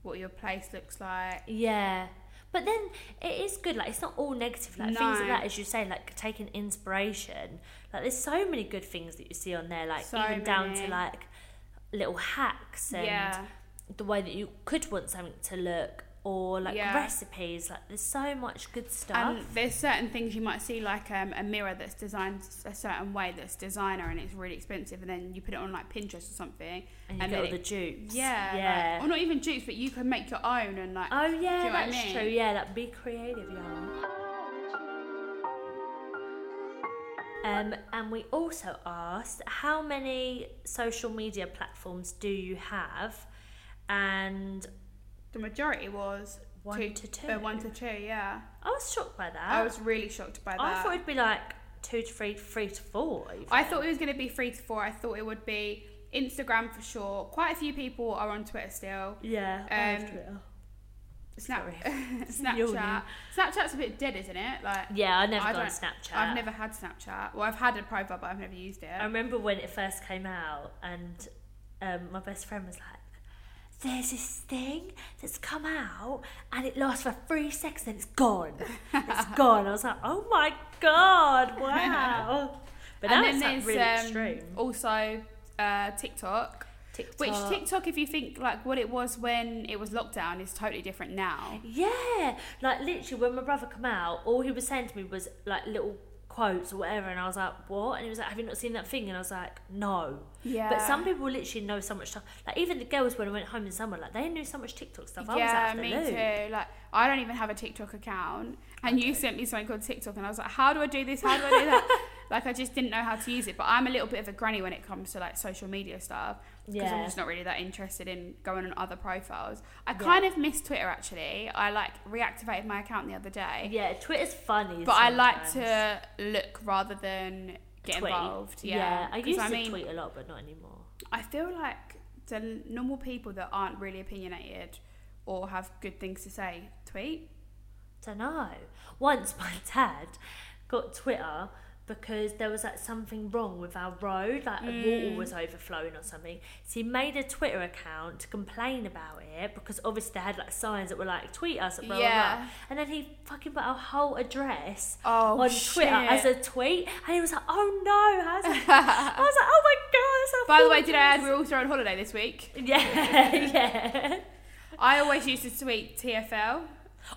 Speaker 2: what your place looks like.
Speaker 1: Yeah. But then it is good, like it's not all negative. Like things
Speaker 2: No.
Speaker 1: like that, as you say, like taking inspiration. Like there's so many good things that you see on there, like
Speaker 2: So
Speaker 1: even down to
Speaker 2: many.
Speaker 1: like little hacks and
Speaker 2: yeah.
Speaker 1: the way that you could want something to look or like
Speaker 2: Yeah.
Speaker 1: recipes. Like there's so much good stuff.
Speaker 2: And there's certain things you might see, like um, a mirror that's designed a certain way, that's designer and it's really expensive, and then you put it on like Pinterest or something.
Speaker 1: And
Speaker 2: and
Speaker 1: you get
Speaker 2: then
Speaker 1: all the
Speaker 2: it-
Speaker 1: dupes.
Speaker 2: Yeah,
Speaker 1: Yeah.
Speaker 2: Like, or not even dupes, but you can make your own and like.
Speaker 1: Oh yeah,
Speaker 2: Do you know what I
Speaker 1: that's
Speaker 2: mean?
Speaker 1: true. Yeah, like be creative, y'all. Um, and we also asked how many social media platforms do you have, and
Speaker 2: the majority was
Speaker 1: one
Speaker 2: two
Speaker 1: to two.
Speaker 2: uh, one to two, yeah.
Speaker 1: I was shocked by that.
Speaker 2: I was really shocked by that.
Speaker 1: I thought it'd be like two to three, three to four. Even.
Speaker 2: I thought it was going to be three to four. I thought it would be Instagram for sure. Quite a few people are on Twitter still.
Speaker 1: yeah, I have
Speaker 2: Um,
Speaker 1: Twitter.
Speaker 2: Snap-
Speaker 1: Sorry.
Speaker 2: Snapchat.
Speaker 1: Yawning.
Speaker 2: Snapchat's a bit dead, isn't it? Like.
Speaker 1: yeah, I never
Speaker 2: I
Speaker 1: got on
Speaker 2: don't-
Speaker 1: Snapchat. Um,
Speaker 2: I've never had Snapchat. Well, I've had a profile, but I've never used it.
Speaker 1: I remember when it first came out, and um, my best friend was like, "There's this thing that's come out, and it lasts for three seconds, then it's gone. It's gone." I was like, "Oh my god! Wow!" But now it's like really extreme.
Speaker 2: um, also uh, TikTok,
Speaker 1: TikTok.
Speaker 2: which TikTok, if you think like what it was when it was lockdown, is totally different now.
Speaker 1: Yeah, like literally, when my brother came out, all he was saying to me was like little quotes or whatever, and I was like, "What?" And he was like, "Have you not seen that thing?" And I was like, "No."
Speaker 2: Yeah,
Speaker 1: But some people literally know so much stuff. Like even the girls when I went home in summer, like they knew so much TikTok stuff. I
Speaker 2: yeah,
Speaker 1: was out of
Speaker 2: me
Speaker 1: the loop.
Speaker 2: too. Like I don't even have a TikTok account, and you sent me something called TikTok, and I was like, how do I do this? How do I do that? like I just didn't know how to use it. But I'm a little bit of a granny when it comes to like social media stuff. because I'm
Speaker 1: Yeah.
Speaker 2: just not really that interested in going on other profiles. I
Speaker 1: Yeah.
Speaker 2: kind of miss Twitter actually. I like reactivated my account the other day,
Speaker 1: Yeah, Twitter's funny.
Speaker 2: but I like
Speaker 1: sometimes.
Speaker 2: to look rather than get
Speaker 1: Tweet.
Speaker 2: involved. Yeah,
Speaker 1: I
Speaker 2: 'Cause
Speaker 1: used
Speaker 2: I
Speaker 1: to
Speaker 2: mean,
Speaker 1: tweet a lot, but not anymore.
Speaker 2: I feel like the normal people that aren't really opinionated or have good things to say tweet.
Speaker 1: don't know. Once my dad got Twitter because there was like something wrong with our road, like a
Speaker 2: Mm.
Speaker 1: water was overflowing or something. So he made a Twitter account to complain about it because obviously they had like signs that were like tweet us, blah blah blah.
Speaker 2: Yeah.
Speaker 1: And then he fucking put our whole address
Speaker 2: Oh,
Speaker 1: on
Speaker 2: shit.
Speaker 1: Twitter as a tweet, and he was like, "Oh no!" I was like, I was like "Oh my god!" That's our
Speaker 2: By the
Speaker 1: full
Speaker 2: way, did I add
Speaker 1: address."
Speaker 2: we're also on holiday this week?
Speaker 1: Yeah, yeah.
Speaker 2: I always used to tweet TFL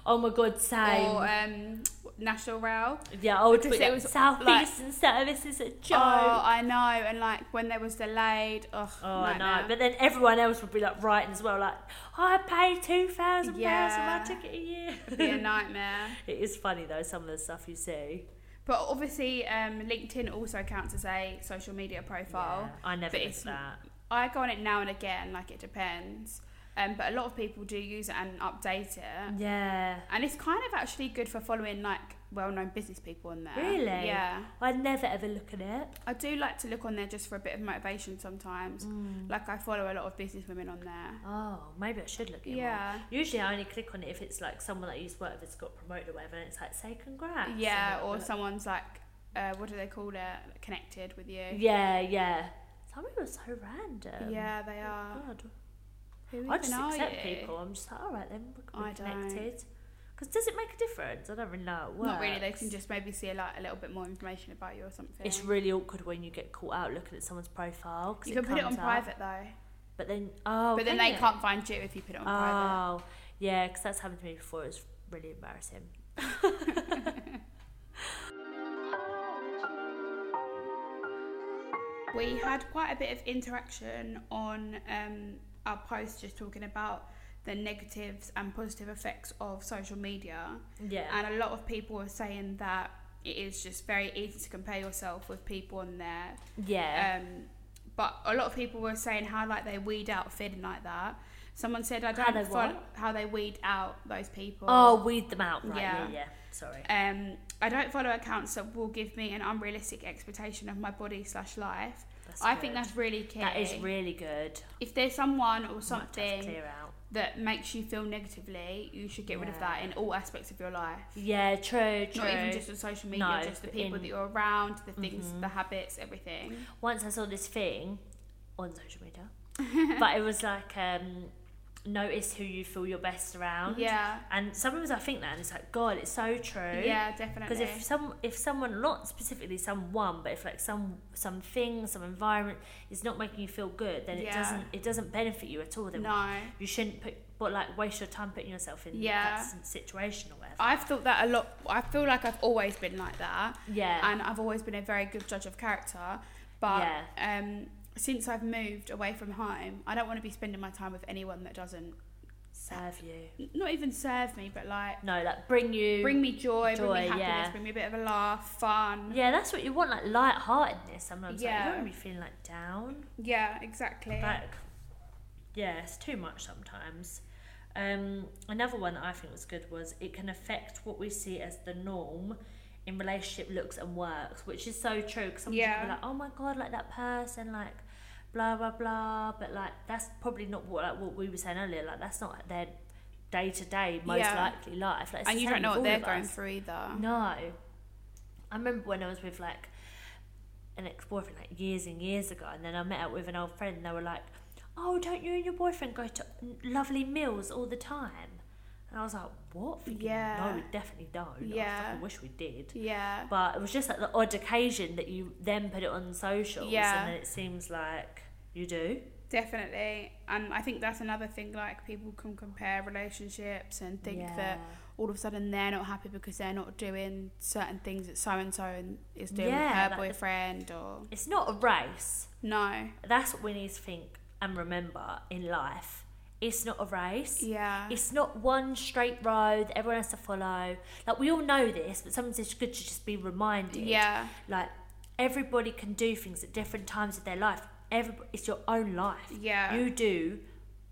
Speaker 1: Oh my god, same.
Speaker 2: or um, National Rail.
Speaker 1: yeah, I would
Speaker 2: because
Speaker 1: tweet
Speaker 2: it
Speaker 1: like,
Speaker 2: was,
Speaker 1: South
Speaker 2: like-
Speaker 1: Eastern Service is a joke.
Speaker 2: Oh, I know. And like when there was delayed. Ugh,
Speaker 1: Oh no!
Speaker 2: nightmare.
Speaker 1: But then everyone else would be like writing as well, like "Oh, I paid two thousand
Speaker 2: Yeah.
Speaker 1: pounds for my ticket a year.
Speaker 2: be a nightmare.
Speaker 1: it is funny though some of the stuff you see.
Speaker 2: But obviously, um, LinkedIn also counts as a social media profile.
Speaker 1: Yeah, I never
Speaker 2: but
Speaker 1: did
Speaker 2: it's-
Speaker 1: that.
Speaker 2: I go on it now and again, like it depends. Um, but a lot of people do use it and update it.
Speaker 1: Yeah,
Speaker 2: And it's kind of actually good for following like well-known business people on there.
Speaker 1: Really?
Speaker 2: Yeah.
Speaker 1: I never ever look at it.
Speaker 2: I do like to look on there just for a bit of motivation sometimes.
Speaker 1: Mm.
Speaker 2: Like I follow a lot of business women on there.
Speaker 1: Oh, maybe I should look at it. more.
Speaker 2: Yeah.
Speaker 1: Usually I only click on it if it's like someone that I used to work with has got promoted or whatever, and it's like say congrats.
Speaker 2: Yeah,
Speaker 1: I'm
Speaker 2: or
Speaker 1: like,
Speaker 2: someone's like, uh, what do they call it? Connected with you.
Speaker 1: Yeah, yeah. Some people are so random.
Speaker 2: Yeah, they are.
Speaker 1: God.
Speaker 2: Who
Speaker 1: I just
Speaker 2: even are
Speaker 1: accept
Speaker 2: you?
Speaker 1: people. I'm just like, all right, then we
Speaker 2: I
Speaker 1: can be
Speaker 2: don't.
Speaker 1: connected. Because does it make a difference? I don't really know. how It works.
Speaker 2: Not really. They can just maybe see like a little bit more information about you or something.
Speaker 1: It's really awkward when you get caught out looking at someone's profile. 'cause
Speaker 2: you can put it on
Speaker 1: comes up,
Speaker 2: private though.
Speaker 1: But then, oh,
Speaker 2: but then
Speaker 1: can
Speaker 2: they
Speaker 1: you?
Speaker 2: can't find you if you put it on private.
Speaker 1: Oh, yeah, because that's happened to me before. It was really embarrassing.
Speaker 2: We had quite a bit of interaction on um, our post just talking about the negatives and positive effects of social media.
Speaker 1: Yeah.
Speaker 2: And a lot of people were saying that it is just very easy to compare yourself with people on there.
Speaker 1: yeah.
Speaker 2: Um, but a lot of people were saying how like they weed out feeling like that. Someone said I
Speaker 1: How
Speaker 2: don't
Speaker 1: they
Speaker 2: follow
Speaker 1: what?
Speaker 2: how they weed out those people.
Speaker 1: oh, weed them out. Right. Yeah.
Speaker 2: uh, Yeah.
Speaker 1: Yeah. Sorry.
Speaker 2: Um, I don't follow accounts that will give me an unrealistic expectation of my body slash life.
Speaker 1: That's
Speaker 2: I think
Speaker 1: good.
Speaker 2: that's really key.
Speaker 1: That is really good.
Speaker 2: If there's someone or
Speaker 1: Might have to
Speaker 2: something
Speaker 1: Clear out.
Speaker 2: that makes you feel negatively, you should get rid of that
Speaker 1: Yeah.
Speaker 2: in all aspects of your life.
Speaker 1: Yeah. True. True.
Speaker 2: Not even just on social media,
Speaker 1: No,
Speaker 2: just the
Speaker 1: but
Speaker 2: people
Speaker 1: in- Mm-hmm.
Speaker 2: that you're around, the things, the habits, everything.
Speaker 1: once I saw this thing on social media, but it was like um, notice who you feel your best around.
Speaker 2: Yeah.
Speaker 1: And sometimes I think that, and it's like, God, it's so true.
Speaker 2: Yeah, definitely.
Speaker 1: Because if some, if someone, not specifically someone, but if like some, some thing, some environment is not making you feel good, then it
Speaker 2: Yeah.
Speaker 1: doesn't, it doesn't benefit you at all. Then
Speaker 2: no.
Speaker 1: you shouldn't put, but like waste your time putting yourself in
Speaker 2: Yeah.
Speaker 1: that s- situation or whatever.
Speaker 2: I've thought that a lot. I feel like I've always been like that.
Speaker 1: yeah.
Speaker 2: and I've always been a very good judge of character. But um, since I've moved away from home, I don't want to be spending my time with anyone that doesn't,
Speaker 1: Serve you.
Speaker 2: n- not even serve me, but like
Speaker 1: No, like bring you.
Speaker 2: bring me joy, bring me
Speaker 1: Joy,
Speaker 2: happiness,
Speaker 1: yeah.
Speaker 2: bring me a bit of a laugh, fun.
Speaker 1: Yeah, that's what you want, like light-heartedness. Sometimes, like,
Speaker 2: Yeah.
Speaker 1: you don't want to be feeling like down.
Speaker 2: Yeah, exactly.
Speaker 1: Like, yeah, it's too much sometimes. Um, another one that I think was good was it can affect what we see as the norm in relationship looks and works, which is so true. Because some
Speaker 2: Yeah.
Speaker 1: people are like, oh my god, like that person, like blah blah blah, but like that's probably not what like, what we were saying earlier. Like that's not their day to day most
Speaker 2: Yeah.
Speaker 1: likely life. Like, it's
Speaker 2: and
Speaker 1: the
Speaker 2: you don't
Speaker 1: same
Speaker 2: know what
Speaker 1: with all
Speaker 2: they're
Speaker 1: of
Speaker 2: going
Speaker 1: us.
Speaker 2: through either.
Speaker 1: No. I remember when I was with like an ex boyfriend like years and years ago, and then I met up with an old friend, and they were like, Oh, don't you and your boyfriend go to lovely meals all the time? And I was like, What? Thinking,
Speaker 2: Yeah.
Speaker 1: No, we definitely don't.
Speaker 2: Yeah.
Speaker 1: I fucking wish we did.
Speaker 2: Yeah.
Speaker 1: But it was just like the odd occasion that you then put it on socials,
Speaker 2: Yeah.
Speaker 1: and then it seems like you do.
Speaker 2: Definitely. And I think that's another thing, like people can compare relationships and think that all of a sudden they're not happy because they're not doing certain things that so and so is doing
Speaker 1: Yeah,
Speaker 2: with her
Speaker 1: like the-
Speaker 2: boyfriend or
Speaker 1: It's not a race.
Speaker 2: no.
Speaker 1: That's what we need to think and remember in life. It's not a race.
Speaker 2: Yeah.
Speaker 1: It's not one straight road that everyone has to follow. Like we all know this, but sometimes it's good to just be reminded.
Speaker 2: yeah.
Speaker 1: Like everybody can do things at different times of their life. Every it's your own life.
Speaker 2: Yeah.
Speaker 1: You do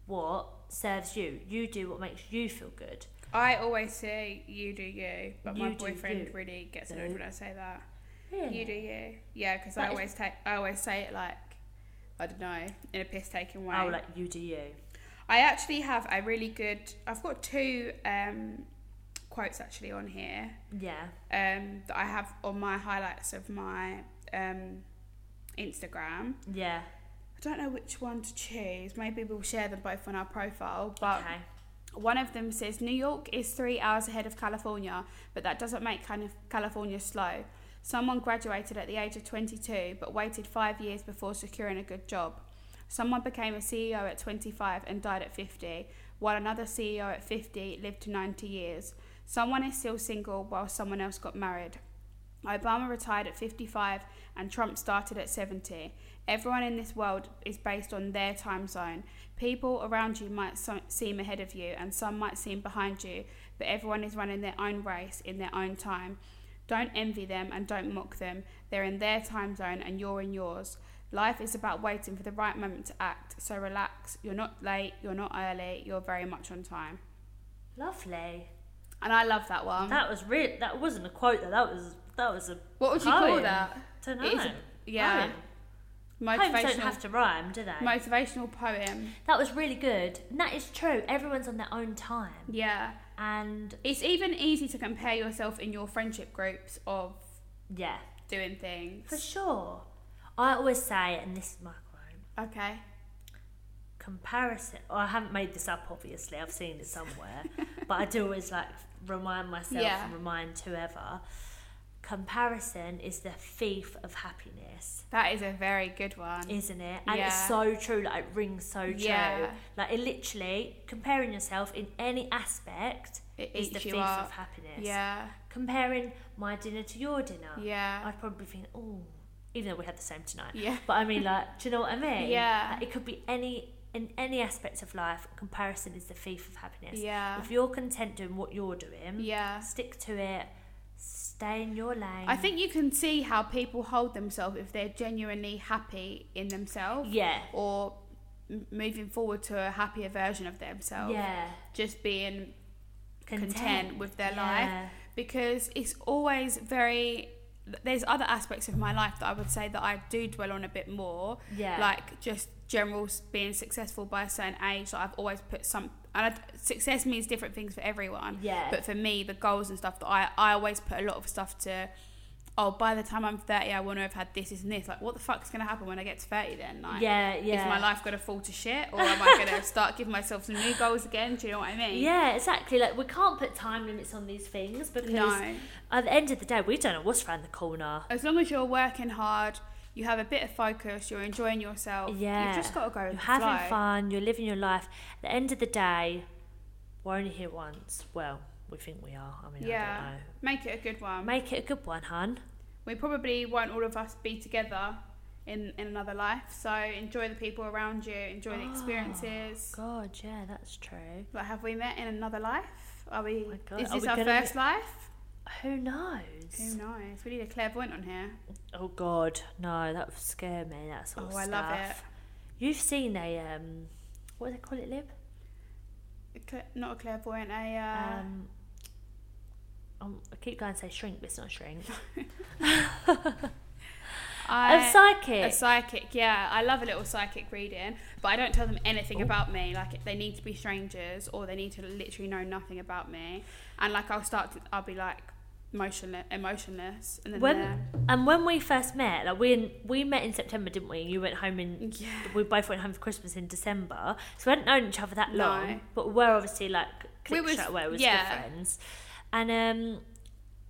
Speaker 1: what serves you. You do what makes you feel good.
Speaker 2: I always say you do you, but my
Speaker 1: You do
Speaker 2: boyfriend
Speaker 1: you.
Speaker 2: really gets
Speaker 1: No.
Speaker 2: annoyed when I say that.
Speaker 1: Really?
Speaker 2: You do you. Yeah, because I
Speaker 1: That is-
Speaker 2: always take I always say it like I don't know, in a piss taking way.
Speaker 1: Oh, like you do you.
Speaker 2: I actually have a really good. I've got two um, quotes actually on here
Speaker 1: Yeah.
Speaker 2: um, that I have on my highlights of my um, Instagram.
Speaker 1: Yeah.
Speaker 2: I don't know which one to choose. Maybe we'll share them both on our profile. But
Speaker 1: okay.
Speaker 2: one of them says New York is three hours ahead of California, but that doesn't make kind of California slow. Someone graduated at the age of 22 but waited five years before securing a good job. Someone became a CEO at 25 and died at 50, while another CEO at 50 lived to 90 years. Someone is still single while someone else got married. Obama retired at 55 and Trump started at 70. Everyone in this world is based on their time zone. People around you might so- seem ahead of you and some might seem behind you, but everyone is running their own race in their own time. Don't envy them and don't mock them. They're in their time zone and you're in yours. Life is about waiting for the right moment to act, so relax. You're not late, you're not early, you're very much on time.
Speaker 1: Lovely.
Speaker 2: And I love that one.
Speaker 1: That was real. That wasn't a quote. Though. That was that was a.
Speaker 2: what would you call
Speaker 1: poem.
Speaker 2: that?
Speaker 1: Don't know.
Speaker 2: It is a- yeah.
Speaker 1: Poem. Poems don't
Speaker 2: Motivational
Speaker 1: have to rhyme, do they?
Speaker 2: motivational poem.
Speaker 1: that was really good. And that is true. Everyone's on their own time,
Speaker 2: Yeah.
Speaker 1: and
Speaker 2: It's even easy to compare yourself in your friendship groups of
Speaker 1: yeah,
Speaker 2: doing things.
Speaker 1: for sure. I always say, and this is my quote.
Speaker 2: Okay.
Speaker 1: comparison oh, I haven't made this up obviously I've seen it somewhere but I do always like remind myself
Speaker 2: Yeah.
Speaker 1: and remind whoever comparison is the thief of happiness
Speaker 2: That is a very good one.
Speaker 1: isn't it and
Speaker 2: Yeah.
Speaker 1: it's so true like it rings so true
Speaker 2: Yeah.
Speaker 1: like it literally comparing yourself in any aspect
Speaker 2: It
Speaker 1: is
Speaker 2: eats
Speaker 1: the
Speaker 2: you
Speaker 1: thief
Speaker 2: up.
Speaker 1: of happiness
Speaker 2: Yeah.
Speaker 1: comparing my dinner to your dinner
Speaker 2: Yeah.
Speaker 1: I'd probably think oh even though we had the same tonight
Speaker 2: Yeah.
Speaker 1: but I mean, like, do you know what I mean?
Speaker 2: Yeah.
Speaker 1: Like, it could be any in any aspect of life. Comparison is the thief of happiness.
Speaker 2: Yeah.
Speaker 1: If you're content doing what you're doing,
Speaker 2: Yeah.
Speaker 1: stick to it. Stay in your lane.
Speaker 2: I think you can see how people hold themselves if they're genuinely happy in themselves
Speaker 1: Yeah.
Speaker 2: or m- moving forward to a happier version of themselves.
Speaker 1: Yeah.
Speaker 2: Just being content, with their
Speaker 1: Yeah.
Speaker 2: life because it's always very there's other aspects of my life that I would say that I do dwell on a bit more
Speaker 1: Yeah.
Speaker 2: like just general s- being successful by a certain age like I've always put some and I, success means different things for everyone
Speaker 1: Yeah.
Speaker 2: but for me the goals and stuff that I, I always put a lot of stuff to oh by the time I'm 30 I want to have had this this and this like what the fuck's going to happen when I get to 30 then like
Speaker 1: yeah. Yeah.
Speaker 2: is my life going to fall to shit or am I going to start giving myself some new goals again do you know what I mean
Speaker 1: Yeah, exactly. Like we can't put time limits on these things because
Speaker 2: no
Speaker 1: at the end of the day, we don't know what's around the corner.
Speaker 2: as long as you're working hard, you have a bit of focus, you're enjoying yourself.
Speaker 1: Yeah,
Speaker 2: You've just got to go with
Speaker 1: You're
Speaker 2: the
Speaker 1: having
Speaker 2: flow.
Speaker 1: fun. You're living your life. At the end of the day, we're only here once. Well, we think we are. I mean, I
Speaker 2: Yeah.
Speaker 1: don't know.
Speaker 2: Make it a good one.
Speaker 1: Make it a good one, hun.
Speaker 2: we probably won't all of us be together in, in another life, so enjoy the people around you, enjoy the experiences.
Speaker 1: Ah, God, yeah, that's true.
Speaker 2: But have we met in another life? Are we?
Speaker 1: Oh my God,
Speaker 2: Is
Speaker 1: are
Speaker 2: this
Speaker 1: we
Speaker 2: our
Speaker 1: gonna
Speaker 2: first life?
Speaker 1: Who
Speaker 2: Who
Speaker 1: knows?
Speaker 2: knows? We need a clairvoyant on here.
Speaker 1: Oh God, no, that would scare me. That sort of
Speaker 2: oh, I
Speaker 1: stuff.
Speaker 2: love it.
Speaker 1: You've seen a um, what do they call it, Lib?
Speaker 2: A cla- not a clairvoyant, a uh,
Speaker 1: um, um, I keep going to say shrink, but it's not shrink.
Speaker 2: I-
Speaker 1: A psychic.
Speaker 2: A psychic, yeah. I love a little psychic reading, but I don't tell them
Speaker 1: Oh.
Speaker 2: anything about me. Like they need to be strangers, or they need to literally know nothing about me. And like I'll start, to, I'll be like motionless, emotionless, and then
Speaker 1: When
Speaker 2: they're-
Speaker 1: and when we first met, like we we met in September, didn't we? And you went home in
Speaker 2: yeah,
Speaker 1: we both went home for Christmas in December, so we hadn't known each other that
Speaker 2: No.
Speaker 1: long, but we were obviously like
Speaker 2: We
Speaker 1: clicked
Speaker 2: was-
Speaker 1: straight away, we was
Speaker 2: yeah.
Speaker 1: good friends, and um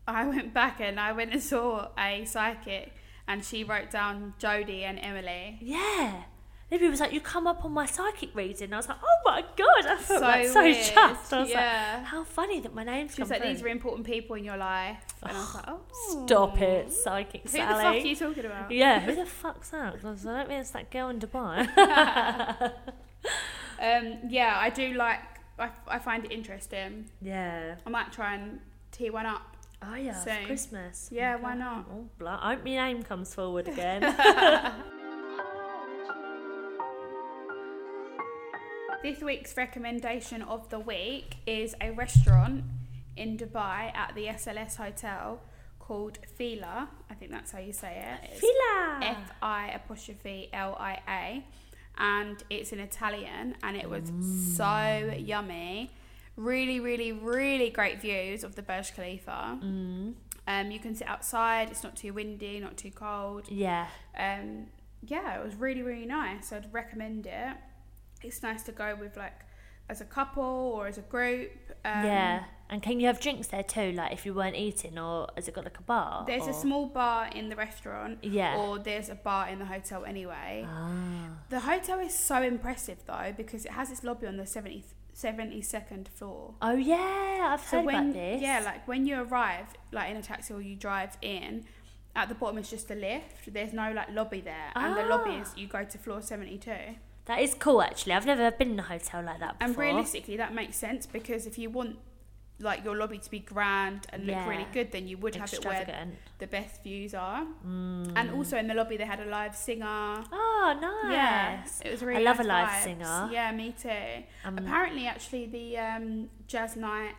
Speaker 2: I went back and I went and saw a psychic, and she wrote down Jodie and Emily.
Speaker 1: yeah. Libby was like, "You come up on my psychic reading." And I was like, "Oh my god!" I felt
Speaker 2: So
Speaker 1: like so
Speaker 2: weird,
Speaker 1: chuffed. I was
Speaker 2: yeah.
Speaker 1: like, "How funny that my name's
Speaker 2: She was
Speaker 1: come
Speaker 2: like, "These are
Speaker 1: through."
Speaker 2: important people in your life," and I was like, "Oh,
Speaker 1: Stop it, psychic
Speaker 2: Who
Speaker 1: Sally.
Speaker 2: the fuck are you talking about?
Speaker 1: yeah, who the fuck's that? 'Cause I was like, I don't mean it's that girl in Dubai.
Speaker 2: Um, yeah, I do like. I, I find it interesting.
Speaker 1: yeah.
Speaker 2: I might try and tee one up.
Speaker 1: Oh yeah, for
Speaker 2: Same.
Speaker 1: Christmas.
Speaker 2: Yeah,
Speaker 1: Okay.
Speaker 2: why not?
Speaker 1: Oh, blah. I hope my name comes forward again.
Speaker 2: This week's recommendation of the week is a restaurant in Dubai at the SLS Hotel called Fila. I think that's how you say it. It's
Speaker 1: Fila.
Speaker 2: F I apostrophe L I
Speaker 1: Mm.
Speaker 2: A, and it's in Italian, and it was so yummy. Really, really, really great views of the Burj Khalifa.
Speaker 1: Mm.
Speaker 2: Um, you can sit outside. It's not too windy, not too cold.
Speaker 1: Yeah.
Speaker 2: Um, yeah, it was really, really nice. I'd recommend it. It's nice to go with like as a couple or as a group. Um,
Speaker 1: yeah. And can you have drinks there too? Like if you weren't eating, or has it got like a bar?
Speaker 2: There's
Speaker 1: or-
Speaker 2: a small bar in the restaurant,
Speaker 1: Oh. Yeah.
Speaker 2: or there's a bar in the hotel anyway.
Speaker 1: Ah.
Speaker 2: The hotel is so impressive though because it has its lobby on the 70th, 72nd floor.
Speaker 1: Oh yeah, I've heard
Speaker 2: when
Speaker 1: about this.
Speaker 2: yeah, like when you arrive, like in a taxi or you drive in, at the bottom is just a lift. There's no like lobby there, and the lobby
Speaker 1: Ah.
Speaker 2: is you go to floor 72.
Speaker 1: that is cool actually. I've never been in a hotel like that before.
Speaker 2: And realistically, that makes sense because if you want like your lobby to be grand and look
Speaker 1: Yeah.
Speaker 2: really good, then you would have it where
Speaker 1: extravagant. Mm.
Speaker 2: the best views are. And also in the lobby, they had a live singer.
Speaker 1: Oh nice.
Speaker 2: Yes, it was really.
Speaker 1: love a
Speaker 2: nice
Speaker 1: live
Speaker 2: vibes.
Speaker 1: singer.
Speaker 2: Yeah, me too.
Speaker 1: Um,
Speaker 2: Apparently, actually, the um, jazz night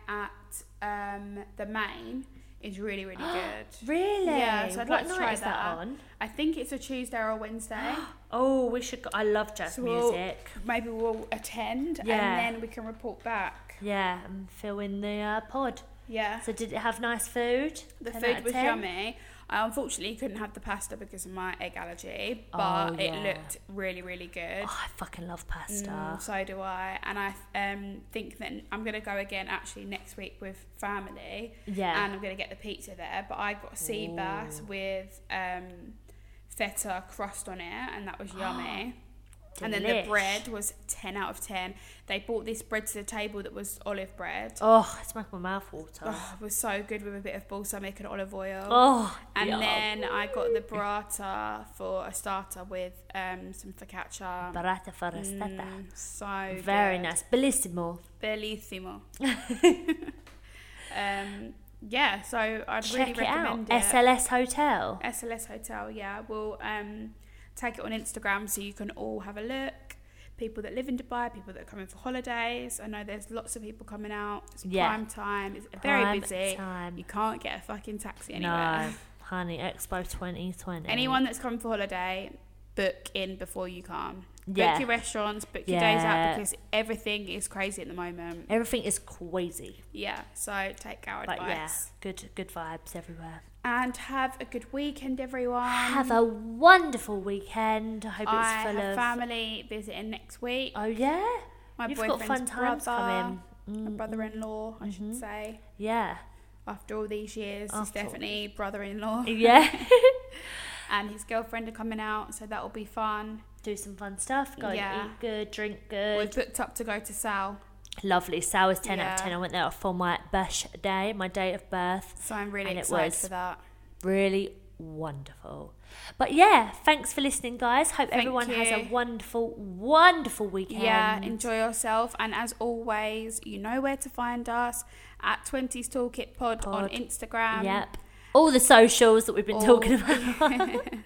Speaker 2: at um, the Main is really, really good.
Speaker 1: Really?
Speaker 2: Yeah, so I'd
Speaker 1: what
Speaker 2: like to
Speaker 1: night
Speaker 2: try
Speaker 1: is
Speaker 2: that.
Speaker 1: that on?
Speaker 2: I think it's a Tuesday or a Wednesday.
Speaker 1: Oh, we should. Go- I love jazz
Speaker 2: So we'll-
Speaker 1: music.
Speaker 2: Maybe we'll attend
Speaker 1: Yeah.
Speaker 2: and then we can report back.
Speaker 1: Yeah, and fill in the uh, pod.
Speaker 2: Yeah,
Speaker 1: So did it have nice food?
Speaker 2: the
Speaker 1: 10 out
Speaker 2: food
Speaker 1: of
Speaker 2: was
Speaker 1: 10?
Speaker 2: yummy. I unfortunately couldn't have the pasta because of my egg allergy,
Speaker 1: Oh,
Speaker 2: but it
Speaker 1: yeah.
Speaker 2: looked really, really good.
Speaker 1: Oh, I fucking love pasta.
Speaker 2: Mm, so do I, and I um, think that I'm gonna go again actually next week with family,
Speaker 1: Yeah.
Speaker 2: and I'm gonna get the pizza there. But I got sea bass with um, feta crust on it, and that was yummy. and then the
Speaker 1: Delish.
Speaker 2: bread was ten out of ten. They brought this bread to the table that was olive bread.
Speaker 1: Oh, it's making my mouth water. Oh,
Speaker 2: Oh, it was so good with a bit of balsamic and olive oil. And
Speaker 1: yum.
Speaker 2: then I got the burrata for a starter with um, some focaccia.
Speaker 1: Barata farastata.
Speaker 2: Mm, so
Speaker 1: Very
Speaker 2: good.
Speaker 1: nice. Bellissimo.
Speaker 2: Bellissimo. um, yeah, so I'd
Speaker 1: Check
Speaker 2: really
Speaker 1: it out.
Speaker 2: recommend it.
Speaker 1: SLS Hotel.
Speaker 2: SLS Hotel, yeah. We'll um, take it on Instagram so you can all have a look. People that live in Dubai, people that are coming for holidays. I know there's lots of people coming out. It's
Speaker 1: Yeah.
Speaker 2: prime time. It's very
Speaker 1: Prime
Speaker 2: busy.
Speaker 1: Time.
Speaker 2: You can't get a fucking taxi anywhere.
Speaker 1: No, honey, Expo 2020.
Speaker 2: Anyone that's coming for holiday, book in before you come.
Speaker 1: Yeah.
Speaker 2: Book your restaurants, book your days out
Speaker 1: Yeah.
Speaker 2: because everything is crazy at the moment.
Speaker 1: Everything is crazy.
Speaker 2: Yeah, so take our
Speaker 1: But yeah,
Speaker 2: advice.
Speaker 1: good good vibes everywhere.
Speaker 2: And have a good weekend, everyone.
Speaker 1: Have a wonderful weekend. I hope it's
Speaker 2: Um, I
Speaker 1: full
Speaker 2: have
Speaker 1: of.
Speaker 2: family visiting next week.
Speaker 1: Oh yeah,
Speaker 2: My
Speaker 1: you've got
Speaker 2: boyfriend's
Speaker 1: fun times
Speaker 2: brother,
Speaker 1: coming. Mm,
Speaker 2: my brother-in-law, I should say.
Speaker 1: Yeah,
Speaker 2: After all these years, it's
Speaker 1: After all
Speaker 2: definitely brother-in-law
Speaker 1: yeah.
Speaker 2: and his girlfriend are coming out, so that will be fun.
Speaker 1: Do some fun stuff. Go
Speaker 2: Yeah.
Speaker 1: and eat good, drink
Speaker 2: We're
Speaker 1: good.
Speaker 2: booked up to go to Sal,
Speaker 1: Lovely. So I was ten out of
Speaker 2: Yeah.
Speaker 1: ten. I went there for my bash day, my date of birth.
Speaker 2: so I'm really
Speaker 1: And it
Speaker 2: excited
Speaker 1: was
Speaker 2: for that.
Speaker 1: Really wonderful. But yeah, thanks for listening, guys. Hope
Speaker 2: Thank
Speaker 1: everyone has a
Speaker 2: you.
Speaker 1: wonderful, wonderful weekend.
Speaker 2: Yeah, enjoy yourself. And as always, you know where to find us at 20s Toolkit Pod, on
Speaker 1: Pod.
Speaker 2: Instagram.
Speaker 1: yep. All the socials that we've been
Speaker 2: um, all-
Speaker 1: talking about.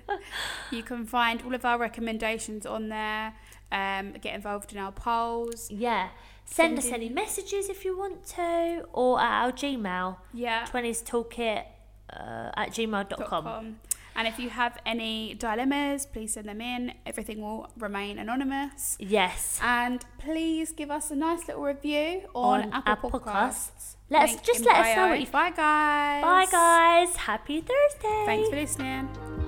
Speaker 2: You can find all of our recommendations on there. Um, get involved in our polls.
Speaker 1: yeah. Send us
Speaker 2: Send
Speaker 1: any messages if you want to, or at our Gmail,
Speaker 2: Yeah.
Speaker 1: 20s toolkit uh, at
Speaker 2: dot
Speaker 1: gmail.com.
Speaker 2: com. And if you have any dilemmas, please send them in. Everything will remain anonymous.
Speaker 1: Yes.
Speaker 2: And please give us a nice little review on,
Speaker 1: On
Speaker 2: Apple,
Speaker 1: Apple
Speaker 2: Podcasts.
Speaker 1: Let us-
Speaker 2: Link
Speaker 1: just
Speaker 2: in
Speaker 1: let us know
Speaker 2: bio.
Speaker 1: what you-
Speaker 2: Bye guys.
Speaker 1: Bye, guys. Happy Thursday.
Speaker 2: Thanks for listening.